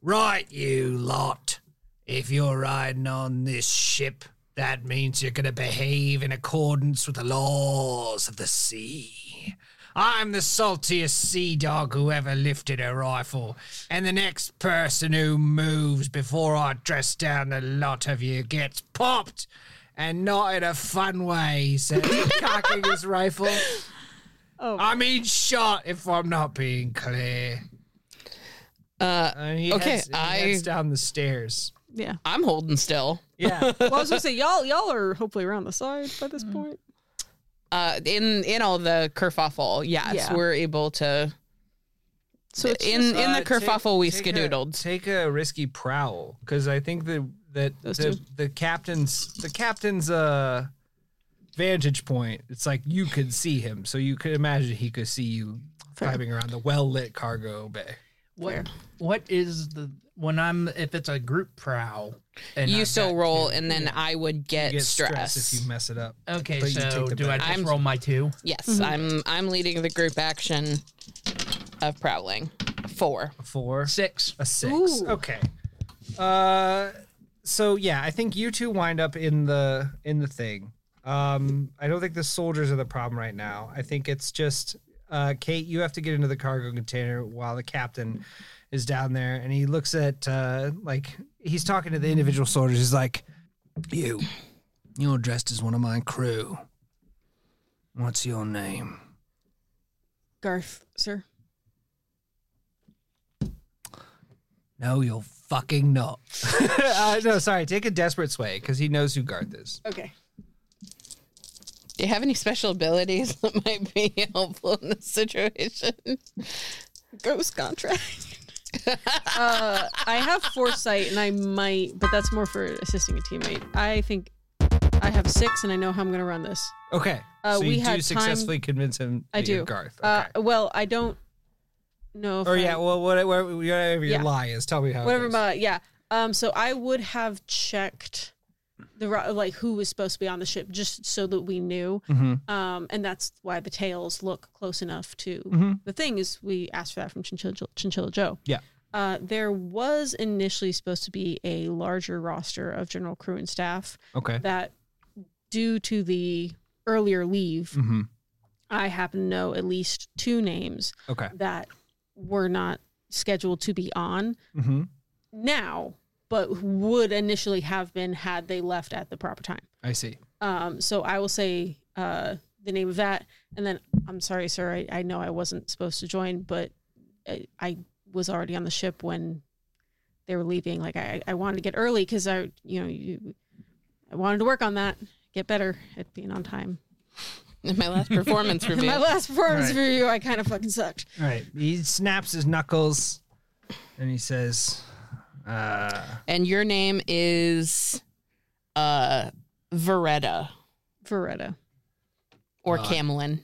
S1: "Right, you lot." If you're riding on this ship, that means you're going to behave in accordance with the laws of the sea. I'm the saltiest sea dog who ever lifted a rifle, and the next person who moves before I dress down the lot of you gets popped, and not in a fun way, he says,
S3: <laughs>
S1: cocking his rifle.
S4: Oh.
S1: I mean, shot if I'm not being clear.
S3: Uh,
S1: And he
S3: Okay,
S1: heads, he
S3: I-
S1: heads down the stairs.
S4: Yeah.
S3: I'm holding still.
S1: Yeah.
S4: <laughs> Well, I was gonna say y'all y'all are hopefully around the side by this
S1: Mm.
S4: point.
S3: Uh, in in all the kerfuffle, yes,
S4: Yeah.
S3: we're able to
S4: So it's
S3: in
S4: just-
S3: in
S1: Uh,
S3: the
S1: take-
S3: kerfuffle we
S1: take a-
S3: skedoodled.
S1: take a risky prowl because I think the that
S4: Those
S1: the,
S4: two.
S1: the captain's the captain's uh vantage point. It's like you could see him, so you could imagine he could see you driving around the well lit cargo bay.
S2: What what is the when I'm if it's a group prowl and
S3: you
S2: I've
S3: still
S2: got
S3: roll,
S2: two.
S3: and then I would get,
S1: You get
S3: stress.
S1: stressed if you mess it up.
S4: Oh.
S2: Okay,
S1: but you
S2: so
S1: take the
S2: do I
S1: back.
S2: just
S3: I'm-
S2: roll my two?
S3: yes,
S1: Mm-hmm.
S3: I'm I'm leading the group action of prowling. Four.
S1: A four,
S2: Six.
S1: a six. Okay. Uh, so yeah, I think you two wind up in the in the thing. Um, I don't think the soldiers are the problem right now. I think it's just uh, Kate. You have to get into the cargo container while the captain is down there, and he looks at uh, like he's talking to the individual soldiers. He's like, "You, you're dressed as one of my crew. What's your name?"
S4: Garth, sir.
S1: No, you're fucking not. <laughs> uh, no, sorry. Take a desperate sway because he knows who Garth is.
S4: Okay.
S3: Do you have any special abilities <laughs> that might be helpful in
S1: <laughs>
S3: this situation?
S4: Ghost contract. <laughs> uh, I have foresight, and I might, but that's more for assisting a teammate. I think I have six, and I know how I'm going to run this.
S1: Okay.
S4: Uh,
S1: so
S4: we
S1: you do
S4: had time-
S1: successfully convince him
S4: I
S1: that you're
S4: do.
S1: Garth. Okay.
S4: Uh, well, I don't know. If
S1: or
S4: I-
S1: yeah, well, whatever, whatever your
S4: Yeah.
S1: lie is, tell me how.
S4: whatever
S1: It goes.
S4: my yeah um so i would have checked the ro- like who was supposed to be on the ship just so that we knew
S1: Mm-hmm.
S4: um and that's why the tails look close enough to the thing is we asked for that from chinchilla, Jo- chinchilla joe
S1: Mm-hmm. Yeah.
S4: uh, there was initially supposed to be a larger roster of general crew and staff <laughs>
S1: Okay.
S4: that due to the earlier leave
S1: Mm-hmm.
S4: i happen to know at least two names
S1: Okay.
S4: that were not scheduled to be on
S1: Mm-hmm.
S4: now, but would initially have been had they left at the proper time.
S1: I see.
S4: Um, so I will say uh, the name of that, and then I'm sorry, sir. I, I know I wasn't supposed to join, but I, I was already on the ship when they were leaving. Like I, I wanted to get early because I, you know, you, I wanted to work on that, get better at being on time.
S3: In <laughs> my last performance
S4: In
S3: review.
S4: my last performance
S1: Right.
S4: review, I kind of fucking sucked.
S1: All right. He snaps his knuckles, and he says, uh,
S3: and your name is uh Veretta
S4: Veretta,
S3: or
S1: Uh,
S3: Camelin.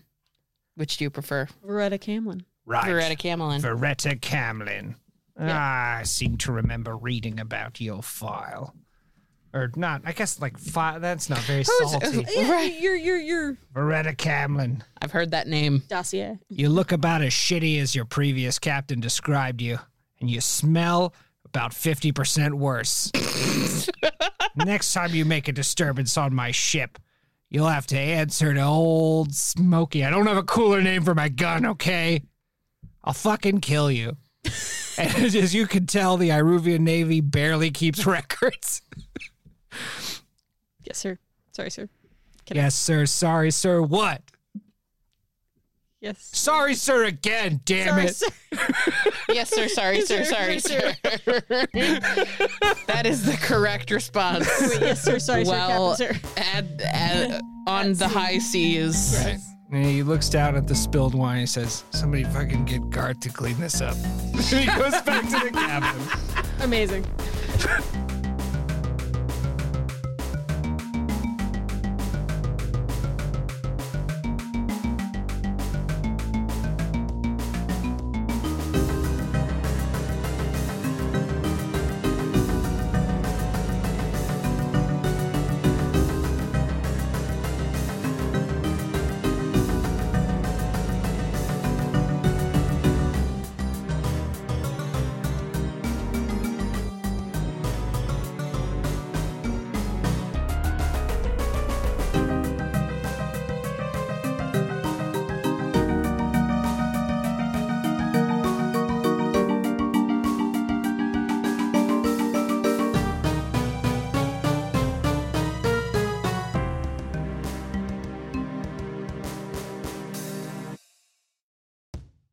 S3: Which do you prefer?
S4: Veretta Camlin.
S1: "Right,
S3: Veretta Camelin.
S1: Veretta Camlin. Ah, I seem to remember reading about your file." Or not, I guess like file. That's not very salty.
S3: <laughs> Right.
S4: Your your your
S1: Veretta Camlin.
S3: I've heard that name.
S4: <laughs> dossier.
S1: You look about as shitty as your previous captain described you, and you smell about 50% worse. <laughs> Next time you make a disturbance on my ship, you'll have to answer to old Smokey. I don't have a cooler name for my gun, okay? I'll fucking kill you. <laughs> and as you can tell, the Iruvian Navy barely keeps <laughs> records.
S4: Yes, sir. Sorry, sir.
S1: yes, sir. Sorry, sir. What?
S4: Yes.
S1: Sorry, sir, again. Damn
S4: Sorry,
S1: it.
S4: sir.
S3: Yes, sir. Sorry, sir. Sorry, sir. that is the correct response.
S4: Yes, sir. Sorry,
S3: Well,
S4: sir. Captain, sir.
S3: at, at, on the high seas.
S1: And he looks down at the spilled wine and says, Somebody fucking get <laughs> Garth to clean this up. and he goes back to the cabin.
S4: Amazing.